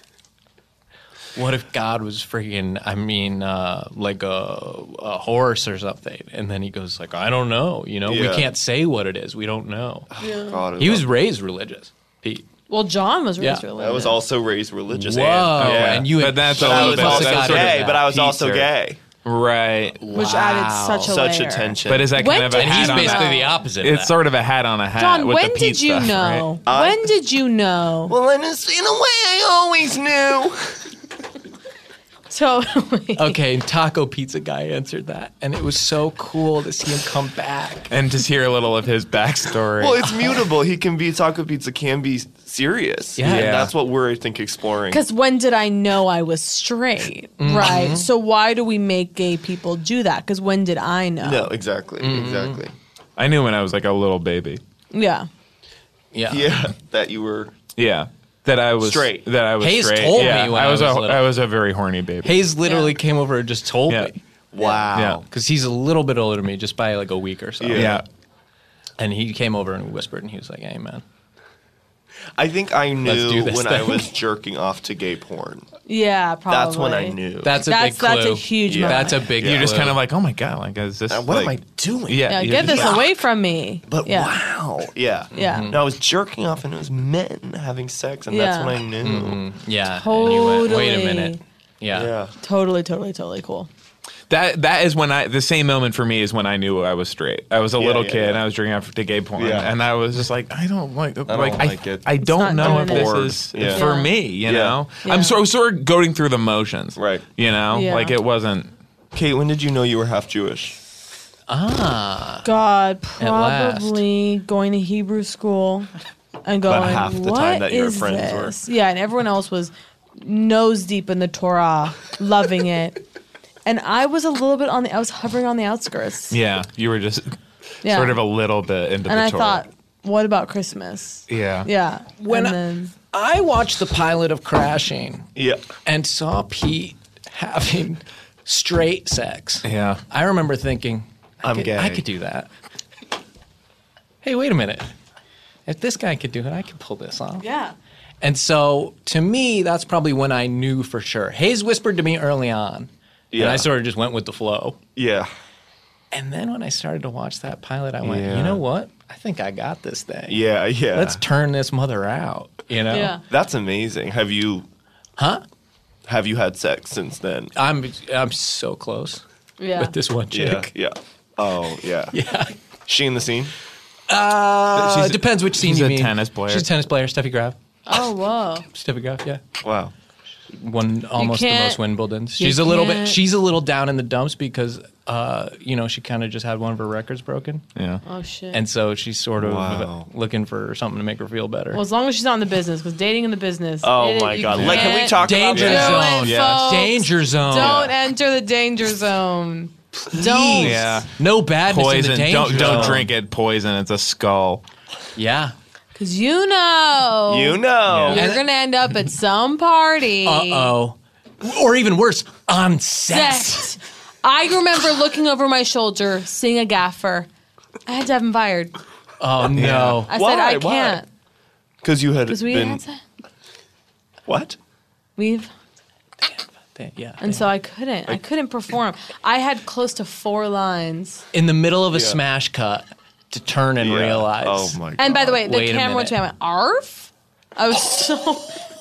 C: What if God was freaking, I mean, uh, like a, a horse or something? And then he goes like, I don't know. You know,
E: Yeah.
C: we can't say what it is. We don't know.
E: God, I
C: He was
E: love-
C: raised religious, Pete.
D: Well, John was
C: Yeah.
D: raised really.
E: I was also raised religious.
C: Whoa.
E: And, yeah.
C: oh, And you
B: But
C: had
B: that's a
C: Jesus
B: little bit-
C: got
B: that's
C: into
B: sort of
C: that.
E: gay, but I was also
B: Pizza.
E: gay.
B: Right.
D: which added such a
E: Such
D: layer.
E: a tension.
B: But is that
D: When
B: kind of a
D: did
C: And he's
B: hat on a-
C: basically
D: that.
C: the opposite. of
B: It's
C: that.
B: sort of a hat on a hat.
D: John,
B: with
D: when
B: the
D: did you
B: pizza,
D: know?
B: right?
D: When did you know?
E: Well, in a, in a way, I always knew.
D: Totally.
C: Okay, and Taco Pizza Guy answered that. And it was so cool to see him come back.
B: And just hear a little of his backstory.
E: Well, it's mutable. He can be taco pizza can be serious.
C: Yeah.
E: And
B: Yeah.
E: that's what we're I think exploring.
D: Because when did I know I was straight? Right. So why do we make gay people do that? Because when did I know?
E: No, exactly,
B: Mm-hmm.
E: exactly.
B: I knew when I was like a little baby.
D: Yeah.
C: Yeah.
E: Yeah, that you were.
B: Yeah. That I was
E: Straight.
B: That I was
C: Hayes
B: straight.
C: told
B: yeah.
C: me when
B: I
C: I
B: was,
C: was
B: a,
C: little.
B: I was a very horny baby.
C: Hayes literally
D: Yeah.
C: came over and just told
B: Yeah.
C: me.
E: Wow.
C: Because he's a little bit older than me, just by like a week or so.
E: Yeah.
B: yeah.
C: And he came over and whispered and he was like, hey, man,
E: I think I
C: do
E: knew
C: this
E: when I
C: thing.
E: was jerking off to gay porn.
D: Yeah, probably.
E: That's when I knew.
C: That's a
D: That's-
C: big clue.
D: that's a huge Yeah.
C: That's a big.
B: You're just
C: clue.
B: kind of like, oh my god, like is this?
E: Uh, what am I
B: like-
E: doing?
B: Yeah,
D: Yeah,
B: you-
D: get this
B: yeah.
D: away from me.
E: But
D: yeah.
E: wow. Yeah.
D: Yeah. Mhm.
E: No, I was jerking off and it was men having sex, and
D: Yeah.
E: that's when I knew.
C: yeah. and you went, Wait a
D: Totally.
C: minute. Yeah.
E: Yeah.
D: Totally, totally, totally cool.
B: That that is when I the same moment for me is when I knew I was straight. I was a little
E: yeah,
B: kid and
E: yeah.
B: I was drinking out to gay porn,
E: Yeah.
B: and I was just like, I don't like,
E: don't
B: like, I,
E: like it.
B: I don't
D: not
B: know if
D: doing
B: this
D: it.
B: is
E: Bored. Yeah.
B: for
D: Yeah.
B: me. You
E: Yeah.
B: know,
D: Yeah.
B: I'm so sort of going through the motions,
E: Right.
B: You know,
D: Yeah.
B: like it wasn't.
E: Kate, when did you know you were half Jewish?
D: God,
C: last.
D: probably going to Hebrew school and going.
E: half the time
D: "What
E: that your
D: is
E: friends were."
D: this? Yeah, and everyone else was nose deep in the Torah, loving it, and I was a little bit on the. I was hovering on the outskirts.
B: Yeah, you were just
D: Yeah.
B: sort of a little bit into
D: and
B: the
D: I
B: Torah.
D: thought, what about Christmas?
B: yeah,
D: Yeah.
C: When
D: and
C: I-
D: then,
C: I watched the pilot of Crashing
E: Yeah.
C: and saw Pete having straight sex.
B: yeah.
C: I remember thinking, I
E: I'm
C: could,
E: gay.
C: I could do that. Hey, wait a minute. If this guy could do it, I could pull this off.
D: yeah.
C: And so to me, that's probably when I knew for sure. Hayes whispered to me early on, and
E: Yeah.
C: I sort of just went with the flow.
E: Yeah.
C: And then when I started to watch that pilot, I went,
E: Yeah.
C: you know what? I think I got this thing.
E: Yeah. Yeah.
C: Let's turn this mother out, you know?
D: Yeah.
E: That's amazing. Have you?
C: Huh?
E: Have you had sex since then?
C: I'm I'm so close
D: Yeah.
C: with this one chick.
E: Yeah. Yeah. Oh yeah.
C: Yeah.
E: She in the scene?
C: Uh,
B: She's-
C: it depends which scene
B: she's
C: you
B: a
C: mean.
B: tennis player.
C: She's a tennis player, Steffi Graf.
D: Oh whoa.
C: Steffi Graf, yeah.
E: Wow.
C: Won almost the most
D: can't-
C: Wimbledons.
D: you
C: She's a little bit
D: can't-
C: she's a little down in the dumps because uh, you know, she kind of just had one of her records broken.
B: Yeah.
D: Oh shit.
C: And so she's sort of
E: Wow.
C: looking for something to make her feel better.
D: well, as long as she's not in the business, because dating in the business.
E: Oh
D: it-
E: my
D: you
E: god. Like can we
D: can't
E: talk
C: Danger
E: about
D: do
E: that?
C: zone.
D: it,
B: Yeah.
D: folks.
C: Danger zone.
D: Don't enter the danger zone.
C: Please.
D: Don't.
B: Yeah.
C: No badness
B: Poison.
C: in the danger
B: Don't don't
C: zone.
B: drink it. Poison. It's a skull.
C: Yeah.
D: Because you know.
E: You know.
D: You're going to end up at some party.
C: Uh-oh. Or even worse, on sex.
D: Set. I remember looking over my shoulder, seeing a gaffer. I had to have him fired.
C: Oh no.
D: I
E: Why?
D: said, I
E: Why?
D: can't.
E: Because you had
D: Because we
E: been
D: had se-
E: what?
D: We've.
C: Damn, Yeah.
D: And so I couldn't. I couldn't perform. I had close to four lines.
C: in the middle of a
E: Yeah.
C: smash cut to turn and
E: Yeah.
C: realize.
E: Oh my god.
D: And by the way, the
C: Wait a
D: camera went to me. I
C: minute.
D: went, ARF? I was so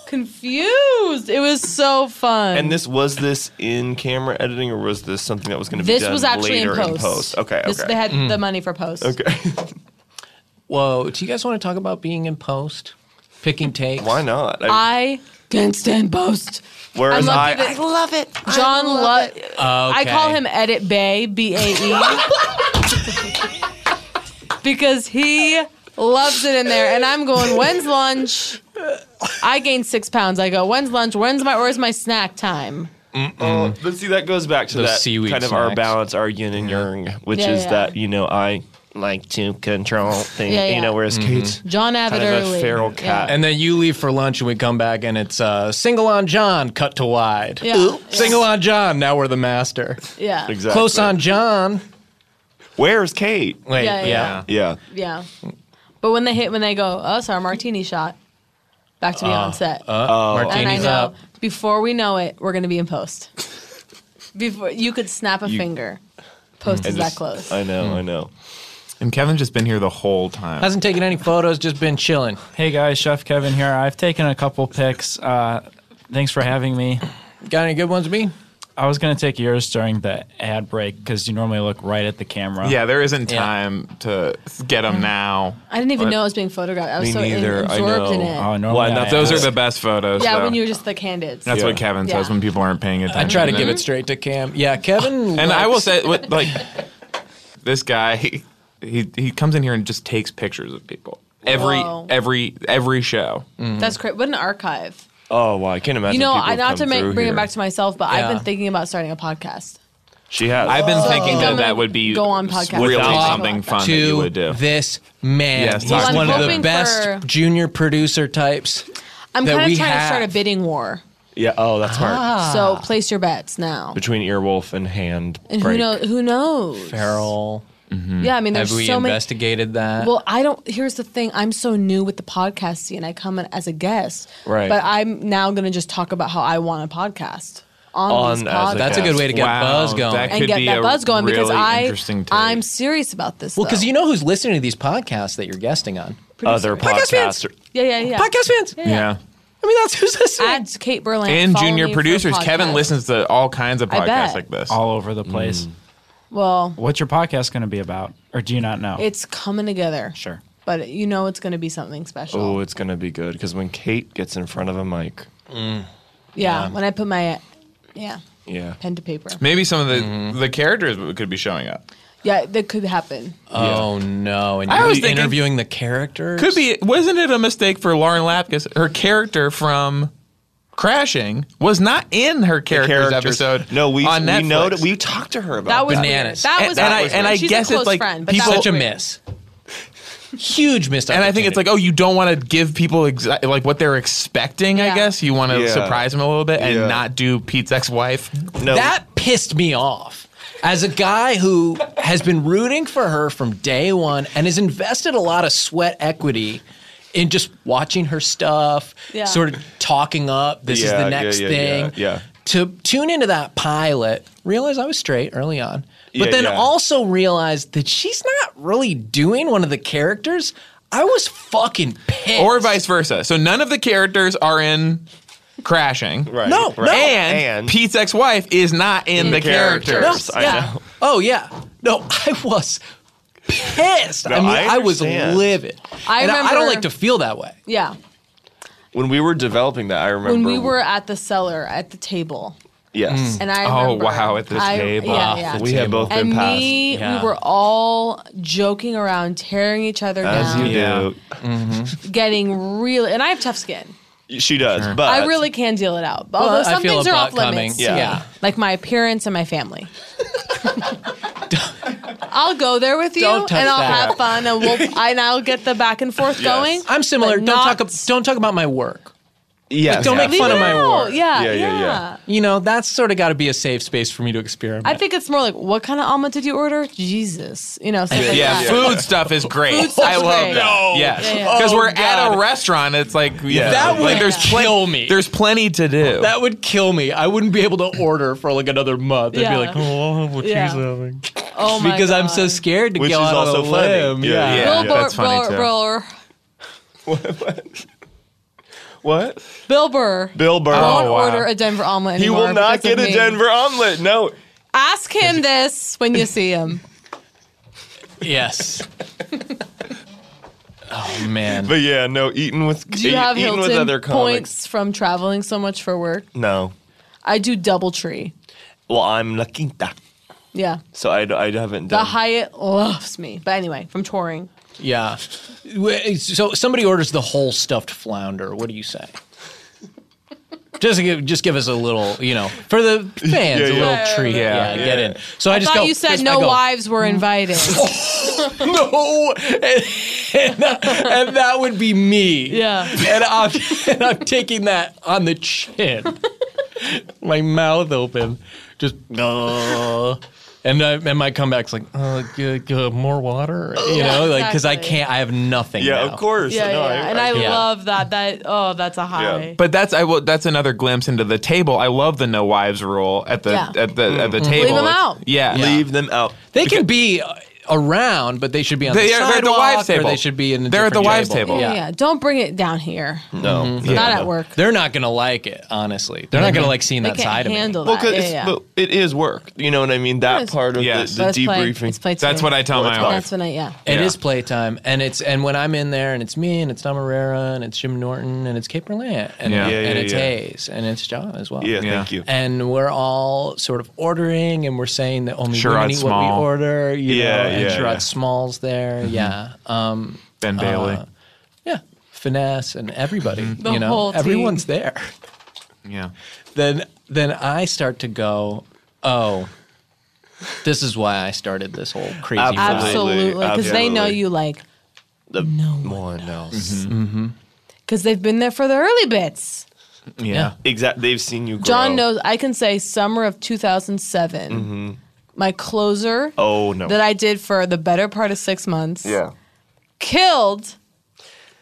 D: confused. It was so fun.
E: And this was this in camera editing, or was this something that was going to be
D: this
E: done
D: was actually in
E: later
D: post.
E: Okay,
D: This-
E: okay, Mm.
D: they had the money for post.
E: okay.
C: Whoa, do you guys want to talk about being in post? Picking takes?
E: Why not? I,
D: I can't stand post.
E: whereas
D: I
E: I,
D: love that
E: I love it.
D: John Love. I
C: Okay.
D: call him Edit Bay, B A E, because he loves it in there. And I'm going, when's lunch? I gained six pounds. I go, when's lunch? When's my where's my snack time?
E: But see, that goes back to
C: Those
E: that
C: seaweed
E: kind of our
C: snacks.
E: balance, our yin and yang, which
D: Yeah,
E: is
D: yeah.
E: that you know I like to control things,
D: Yeah, yeah.
E: you know, whereas Kate's
D: John
E: kind
D: Abbott
E: of
D: early.
E: a feral cat.
C: Mm-hmm. And then you leave for lunch and we come back and it's uh, single on John, cut to wide.
D: Yeah. Oops.
C: Single on John, now we're the master.
D: Yeah.
E: exactly.
C: Close on John.
E: Where's Kate?
C: Wait,
D: Yeah,
C: yeah.
D: yeah, yeah.
E: Yeah.
D: Yeah. But when they hit, when they go, oh, sorry, martini shot. Back to be
E: Ah,
D: on set.
B: Oh.
D: and I
C: Martini's
D: know
C: up.
D: before we know it, we're gonna be in post. Before you could snap a finger, post is that close.
E: Mm. I know.
C: Hmm.
E: I know.
B: And Kevin's just been here the whole time.
C: Hasn't taken any photos, just been chilling.
F: Hey guys, Chef Kevin here. I've taken a couple pics. Uh, thanks for having me.
C: Got any good ones, me?
F: I was gonna take yours during the ad break because you normally look right at the camera.
B: Yeah, there isn't
C: Yeah.
B: time to get
D: Mm-hmm.
B: them now.
D: I didn't even
B: But-
D: know it was being photographed. I was
E: Me
D: so in-
E: neither, I
D: absorbed in
E: know.
D: it.
F: Oh, normally
E: Why
F: I
E: not?
B: Those
F: ask.
B: are the best photos.
D: yeah,
B: though.
D: when you were just the candids.
B: That's what
E: Yeah.
B: Kevin says
D: Yeah.
B: when people aren't paying attention.
C: I try to give
D: Mm-hmm.
C: it straight to Cam. Yeah, Kevin.
B: And I will
C: likes-
B: say, what- like, this guy, he, he he comes in here and just takes pictures of people every
D: Whoa.
B: every every show.
D: That's great. What an archive.
E: Oh wow, I can't imagine.
D: You know,
E: people
D: I, not
E: come
D: to make,
E: through
D: bring it
E: here.
D: back to myself, but I've
C: Yeah.
D: been thinking about starting a podcast.
E: She has.
B: I've been thinking
D: I'm
B: that
D: gonna
B: that would be
D: go on podcast.
B: really
E: Without-
B: something fun that
C: to
B: you would do.
C: this man.
B: Yes,
C: He's
B: Well, I'm
C: one of the
D: hoping
C: best
D: for-
C: junior producer types.
D: I'm
C: That
D: kind
C: we
D: of trying to
C: have.
D: start a bidding war.
E: yeah. Oh, that's smart.
D: Ah. So place your bets now.
E: Between earwolf and hand
D: And
E: break.
D: who knows? Who knows?
C: Feral.
D: Yeah, I mean, there's
C: Mm. Have we
D: so many.
C: investigated
B: Uh,
C: that?
D: Well, I don't. Here's the thing: I'm so new with the podcast scene. I come in as a guest,
C: Right.
D: But I'm now going to just talk about how I want a podcast on,
E: On
D: these
E: as a
D: podcasts.
C: That's a good way to get
B: Wow,
C: buzz going.
B: that
D: and
B: could
D: get
B: be
D: that
B: a
D: buzz going because
B: really
D: I
B: interesting take.
D: I'm serious about this.
C: well, because
D: though.
C: you know who's listening to these podcasts that you're guesting on.
E: Other
C: Podcast fans.
E: podcaster.
D: yeah, yeah, yeah.
C: Podcast fans.
B: yeah.
C: I mean, that's who's listening.
D: At Kate Berland
B: And
D: follow
B: junior
D: me for
B: producers. Kevin
D: podcasts.
B: listens to all kinds of
D: I
B: podcasts
D: bet.
B: like this.
F: all over the place.
B: Mm.
D: Well,
F: What's your podcast going to be about? Or do you not know?
D: it's coming together,
F: sure.
D: but you know it's going to be something special.
E: Oh, it's gonna be good because when Kate gets in front of a mic,
D: yeah, when I put my yeah
E: yeah,
D: pen to paper,
B: Maybe some of the the characters could be showing up.
D: yeah, that could happen.
C: oh no! And
B: I
C: you're
B: was thinking-
C: interviewing the characters.
B: Could be. Wasn't it a mistake for Lauren Lapkus? Her character from Crashing was not in her characters,
E: Characters.
B: episode.
E: No, we
B: on
E: we know
B: Netflix.
E: that we talked to her
D: That
E: about
D: was
C: Bananas.
D: Weird.
B: Oh,
D: That
B: And-
D: was
B: and I-
D: weird.
B: and I
D: She's
B: guess
D: a
B: it's
D: close
B: like
D: friend, but
B: people-
D: that was
C: such a
D: weird.
C: miss. Huge missed.
B: And I think it's like,
C: opportunity.
B: oh, you don't want to give people exa- like what they're expecting. I
D: Yeah.
B: guess you want to
E: Yeah.
B: surprise them a little bit and
E: Yeah.
B: not do Pete's ex-wife.
E: no,
C: That pissed me off. As a guy who has been rooting for her from day one and has invested a lot of sweat equity in just watching her stuff,
D: Yeah.
C: sort of talking up, this is
E: Yeah,
C: the
E: yeah,
C: next
E: yeah,
C: thing.
E: yeah, yeah.
C: To tune into that pilot, realize I was straight early on, but
E: Yeah,
C: then
E: yeah.
C: also realize that she's not really doing one of the characters. I was fucking pissed.
B: or vice versa. So none of the characters are in Crashing.
E: right,
C: No,
E: right.
C: no.
B: And,
E: And-
B: Pete's ex-wife is not in the
E: characters.
B: characters.
C: No,
E: I
C: yeah.
E: know.
C: Oh yeah. No, I was pissed. I
E: No,
C: mean,
E: I
C: I, was
E: understand.
C: livid.
D: I
C: and I don't
D: remember-
C: like to feel that way.
D: Yeah,
E: when we were developing that, I
D: when
E: remember
D: we were at the cellar at the table,
E: yes,
D: and I
B: Oh,
D: remember-
B: wow, at the
D: I-
B: table.
C: Ah,
D: yeah, yeah.
E: we had both
D: and
E: been passed
D: me,
C: Yeah.
D: we were all joking around, tearing each other
E: as
D: down,
E: you
C: Yeah.
D: getting real. And I have tough skin.
E: do. She does, but
D: I really can deal it out. Although
C: Well, I
D: some
C: feel
D: things
C: a
D: are off
C: butt coming.
D: limits.
C: Yeah. Yeah.
D: Like my appearance and my family. I'll go there with you
C: Don't touch
D: and I'll
C: that.
D: have fun and we'll and I'll get the back and forth going.
C: I'm similar.
D: but
C: Don't talk.
D: not-
C: ab- Don't talk about my work.
E: yes,
C: don't
E: yeah.
C: make fun of my
D: No,
C: work.
D: Yeah,
E: Yeah,
D: yeah,
E: yeah,
D: yeah,
E: yeah.
C: You know, that's sort of got to be a safe space for me to experiment.
D: I think it's more like what kind of omelet did you order? Jesus. You know, something like
B: Yeah,
D: that.
B: food stuff is great.
D: stuff's
B: I love
D: great.
B: that.
C: No.
B: Yes,
D: Yeah, yeah.
B: because we're at
C: Oh. God.
B: a restaurant. It's like yeah.
C: That
B: like,
C: would
B: there's plen-
C: kill me.
B: There's plenty to do.
D: Oh,
C: that would kill me. I wouldn't be able to order for like another month. I'd
D: Yeah.
C: be like, oh, what
D: Yeah.
C: she's having.
D: Oh my
C: Because I'm
D: God.
C: so scared to
E: Which
C: go
E: is
C: out
E: also
C: on a
E: funny.
C: limb.
E: Yeah,
C: Yeah.
E: yeah.
D: Bill, Bur-
B: that's funny,
D: Bill-
B: too.
D: Bill-
E: what
D: Bill Burr.
E: Bill Burr.
D: won't
B: Oh, wow.
D: order a Denver omelet
E: He
D: anymore
E: will not
D: because of
E: get a
D: me.
E: Denver omelet. No,
D: Ask him this when you see him.
C: Yes. oh man.
E: but yeah, no. Eating with
D: Do you have
E: eating
D: Hilton
E: with other comics.
D: points from traveling so much for work?
E: No.
D: I do double tree.
E: Well, I'm La Quinta,
D: Yeah.
E: so I, I haven't
D: The
E: done.
D: Hyatt loves me. But anyway, from touring.
C: Yeah. Wait, So somebody orders the whole stuffed flounder. What do you say? Just give, just give us a little, you know, for the fans,
E: Yeah,
C: a
E: yeah.
C: little treat. Yeah,
B: Yeah,
C: get in. So I,
D: I
C: just
D: thought
C: go.
D: you said
C: I
D: no
C: go,
D: wives were invited.
C: No, and, and that, and that would be me.
D: yeah.
C: and I'm and I'm taking that on the chin, my mouth open, just uh, and I, and my comeback's like, uh, g- g- more water, you
D: Yeah,
C: know, like because I
D: exactly.
C: can't, I have nothing.
E: yeah,
C: now.
E: of course.
D: Yeah,
E: no,
D: yeah.
E: I,
D: and I,
C: yeah.
D: love that. That oh, that's a high.
B: But that's I will. That's another glimpse into the table. I love the no wives rule at the
D: Yeah.
B: at the at
C: Mm-hmm.
B: the table.
D: Leave 'em
B: It's-
D: out.
B: Yeah.
E: leave them out.
C: They can be uh, around, but they should be on
B: They
C: the
B: are-
C: sidewalk.
B: they're at the wives'
C: or
B: table.
C: They should be in. A
B: They're at the
C: different
B: wives' table.
D: yeah.
C: Yeah.
D: Oh, yeah. Don't bring it down here.
E: No, no,
D: Not
E: no.
D: at work.
C: They're not gonna like it, honestly. They're not gonna like seeing
D: They
C: that
D: can't
C: side
D: handle
E: Well,
D: that.
E: 'cause
D: yeah,
E: it's,
D: yeah.
E: but it is work. You know what I mean? That
D: Yes.
E: part of
B: Yes.
E: the, the
D: Let's play-
E: debriefing.
D: let's play
B: That's
D: today.
B: what I tell my wife.
D: That's when I yeah.
C: of me. It is
B: Yeah.
C: playtime, and it's and when I'm in there, and it's me, and it's Tom Herrera, and it's Jim Norton, and it's Kate Berlant, and,
B: Yeah. Yeah,
E: yeah,
C: and it's
E: yeah.
C: Hayes, and it's John as well.
E: yeah,
B: Yeah.
E: thank you.
C: and we're all sort of ordering and we're saying that only
B: Sherrod
C: women eat what
B: Small.
C: we order. You
E: Yeah,
C: know, and
E: yeah,
C: Sherrod
E: yeah.
C: Small's there.
B: Mm-hmm.
C: Yeah. Um,
B: Ben Bailey.
C: yeah. Finesse and everybody.
B: Mm-hmm.
D: The
C: you know,
D: whole team.
C: everyone's there.
B: Yeah.
C: Then then I start to go, Oh, this is why I started this whole crazy
E: Absolutely.
C: vibe.
D: Absolutely, because they know
E: absolutely.
D: you like
E: The no one else.
D: because they've been there for the early bits.
B: Yeah.
E: Exactly. They've seen you. Grow.
D: John knows. I can say summer of 2007. my closer
E: Mm-hmm. Oh, no.
D: that I did for the better part of six months. Killed.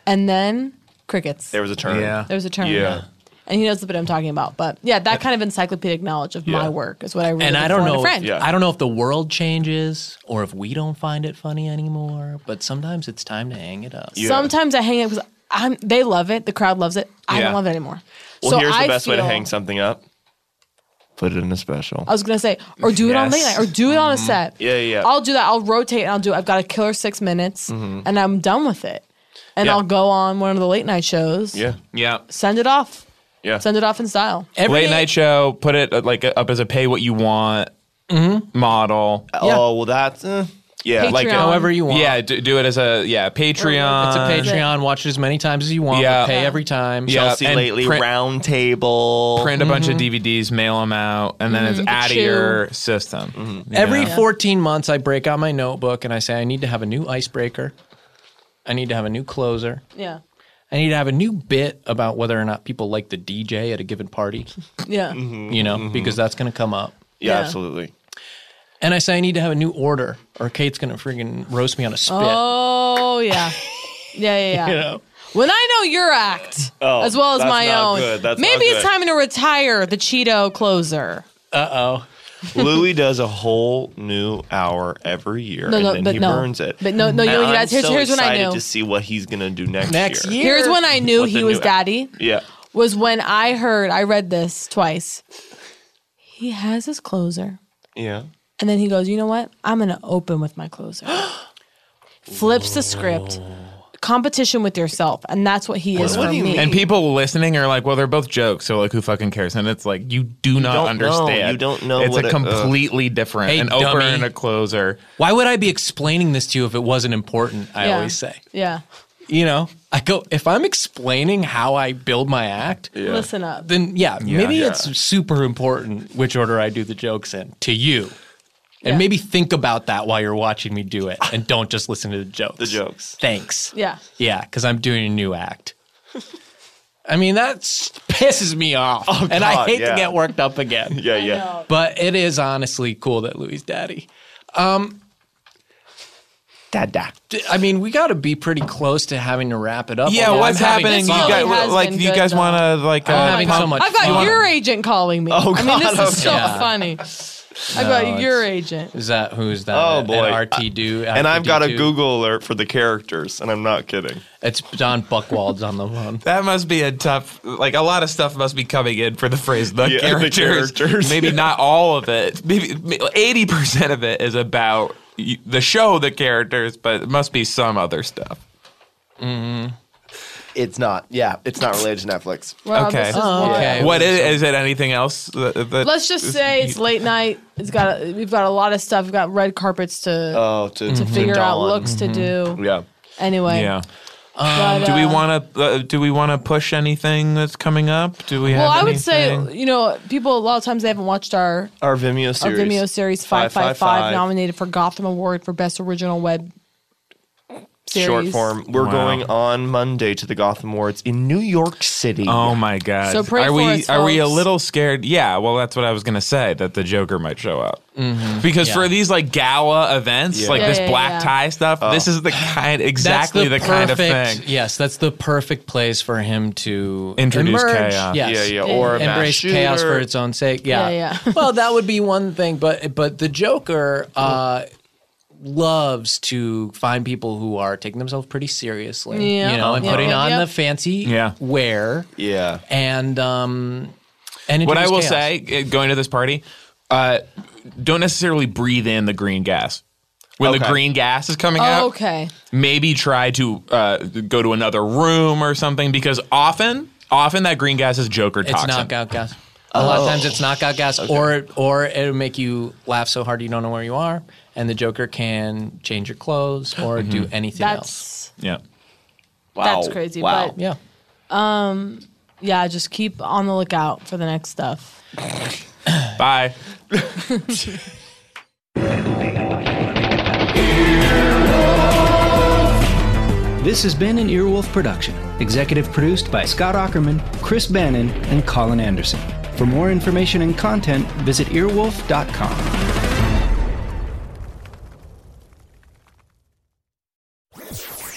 D: And then crickets.
E: There was a turn.
C: Yeah.
D: There was a term.
E: Yeah.
D: And he knows the bit I'm talking about. But yeah, that kind of encyclopedic knowledge of my work is what I really
C: and I
D: look
C: don't
D: for in a
C: know. If,
D: friend.
E: yeah.
C: I don't know if the world changes or if we don't find it funny anymore. But sometimes it's time to hang it up.
D: Sometimes I hang it because I'm they love it. The crowd loves it. I
E: Yeah.
D: don't love it anymore.
E: Well,
D: so
E: here's the
D: I
E: best way to
D: feel-
E: hang something up. Put it in a special.
D: I was gonna say, or do it on late
B: Yes.
D: night, or do it on a set.
E: Mm-hmm. Yeah, yeah, yeah.
D: I'll do that. I'll rotate and I'll do. It. I've got a killer six minutes, and I'm done with it. And
E: Yeah.
D: I'll go on one of the late night shows.
E: Yeah.
B: Yeah.
D: Send it off.
E: Yeah.
D: Send it off in style.
C: Every
B: Late night show, put it uh, like up as a pay what you want
C: Mm-hmm.
B: model.
E: Oh, well, that's. eh. Yeah. Like,
D: Patreon.
C: however you want.
B: Yeah, do, do it as a yeah Patreon.
C: It's a Patreon. Watch it as many times as you want.
B: Yeah.
C: but Pay
D: Yeah.
C: every time.
B: Yeah.
E: Chelsea
B: and
E: Lately,
B: print-
E: Round Table.
B: Print a bunch of
D: Mm-hmm.
B: DVDs, mail them out, and then it's out of
D: chew.
B: your system. You
C: Every
B: know?
C: 14 months, I break out my notebook and I say, I need to have a new icebreaker. I need to have a new closer.
D: Yeah.
C: I need to have a new bit about whether or not people like the DJ at a given party,
D: Yeah.
E: Mm-hmm.
C: you know, because that's going to come up.
E: Yeah,
D: Yeah.
E: absolutely.
C: And I say, I need to have a new order or Kate's going to freaking roast me on a spit.
D: Oh yeah. Yeah. Yeah. Yeah.
C: You know?
D: When I know your act, as well as
E: Oh, that's
D: my
E: not
D: own,
E: good. That's not
D: maybe it's
E: good.
D: time to retire the Cheeto closer.
E: Louis does a whole new hour every year,
D: No, no,
E: and then
D: but
E: he
D: no.
E: burns it.
D: But no, no, you-
E: And
D: you guys-
E: I'm
D: here's-
E: so
D: here's when I
E: excited
D: knew.
E: to see what he's gonna do next,
C: Next year.
D: Here's when I knew
E: What the
D: he was
E: new-
D: daddy.
E: Yeah,
D: was when I heard, I read this twice. He has his closer.
E: yeah.
D: And then he goes, you know what? I'm going to open with my closer. Flips the script. Competition with yourself. And that's what he is
E: What
D: for
E: do you
D: me.
E: mean?
B: And people listening are like, well, they're both jokes, so like, who fucking cares? And it's like, you do not
E: don't know.
B: understand.
E: You don't know
B: It's
E: what uh,
B: a
E: a-
B: completely different
C: Hey,
B: an opener
C: dummy.
B: and a closer.
C: Why would I be explaining this to you if it wasn't important? I
D: Yeah.
C: always say,
D: Yeah.
C: you know, I go, if I'm explaining how I build my act,
D: Listen up.
C: then yeah, maybe it's super important which order I do the jokes in to you. And
D: Yeah.
C: maybe think about that while you're watching me do it and don't just listen to the jokes. The
E: jokes.
C: Thanks.
D: Yeah.
C: Yeah, because I'm doing a new act. I mean, that s- pisses me off.
B: Oh,
C: and I
E: God,
C: hate to
E: yeah.
C: get worked up again.
E: Yeah, yeah.
C: But it is honestly cool that Louis' daddy. um,
E: Dada.
C: D- I mean, we got to be pretty close to having to wrap it up.
B: Yeah,
C: although
B: what's
C: I'm having
B: happening? You
C: fun.
D: guys-
B: guys,
D: has
B: like,
D: been
B: you
D: good,
B: guys
D: though.
B: want to like?
C: I'm
E: Oh,
B: uh,
C: having
B: pump-
C: so much
D: I've got
C: fun.
D: your agent calling me. I mean, this is so
C: okay.
D: funny. I've got your agent.
C: Is that who's that?
E: Oh,
C: An
E: boy.
C: RT do.
E: And I've got a
C: RTD2?
E: Google alert for the characters, and I'm not kidding.
C: It's Don Buckwald's on the one.
B: That must be a tough, like a lot of stuff must be coming in for the phrase the
E: Yeah, the
B: characters.
E: characters.
B: Maybe not all of it. Maybe eighty percent of it is about y- the show, the characters, but it must be some other stuff.
E: It's not. Yeah, it's not related to Netflix.
D: Wow,
B: okay.
D: this is
C: Oh,
D: wild.
C: okay.
B: What is, is it? Anything else? That, that-
D: Let's just say it's late night. It's got a, we've got a lot of stuff. We've got red carpets to
E: Oh, to, to
D: figure out,
E: Dawn.
D: looks to do.
E: Yeah.
D: Anyway,
B: Yeah.
D: but,
B: Um, Do we
D: uh,
B: want to? Uh, do we want to push anything that's coming up? Do we?
D: Well,
B: have
D: I would say
B: anything?
D: you know people a lot of times they haven't watched our
E: Our Vimeo
D: our
E: series.
D: Vimeo series five five five nominated for Gotham Award for best original web series.
E: Short form. We're
B: Wow.
E: going on Monday to the Gotham Awards in New York City.
B: Oh my God!
D: So pray
B: are
D: for
B: we
D: us,
B: are we a
D: folks.
B: little scared? Yeah. Well, that's what I was gonna say that the Joker might show up because for these like gala events, like
D: Yeah,
B: this
D: yeah,
B: black
D: yeah.
B: tie stuff, this is the kind
C: That's
B: exactly the, kind of
C: perfect-
B: thing.
C: Yes, that's the perfect place for him to
B: Introduce
C: emerge,
B: chaos.
C: Yes.
E: Yeah, yeah. Or a mass
C: Embrace chaos
E: shooter.
C: for its own sake. Yeah,
D: Yeah, yeah.
C: well, that would be one thing, but but the Joker uh, loves to find people who are taking themselves pretty seriously.
D: Yeah.
C: you know, and
D: Yeah,
C: putting
D: yeah,
C: on
D: yeah.
C: the fancy
B: Yeah.
C: wear
E: Yeah.
C: and um and
B: What I
C: introduce
B: will
C: chaos.
B: say, uh, going to this party, uh, don't necessarily breathe in the green gas. When the
E: Okay.
B: green gas is coming out,
D: Oh, okay.
B: maybe try to uh, go to another room or something because often, often that green gas is Joker
C: It's
B: toxin.
C: knockout gas. A lot
D: Oh.
C: of times it's knockout gas, or or it'll make you laugh so hard you don't know where you are, and the Joker can change your clothes or
B: Mm-hmm.
C: do anything else.
D: That's
B: Yeah.
D: that's crazy. But
C: Yeah,
D: yeah, just keep on the lookout for the next stuff.
B: Bye.
G: This has been an Earwolf production, executive produced by Scott Ackerman, Chris Bannon, and Colin Anderson. For more information and content, visit earwolf.com.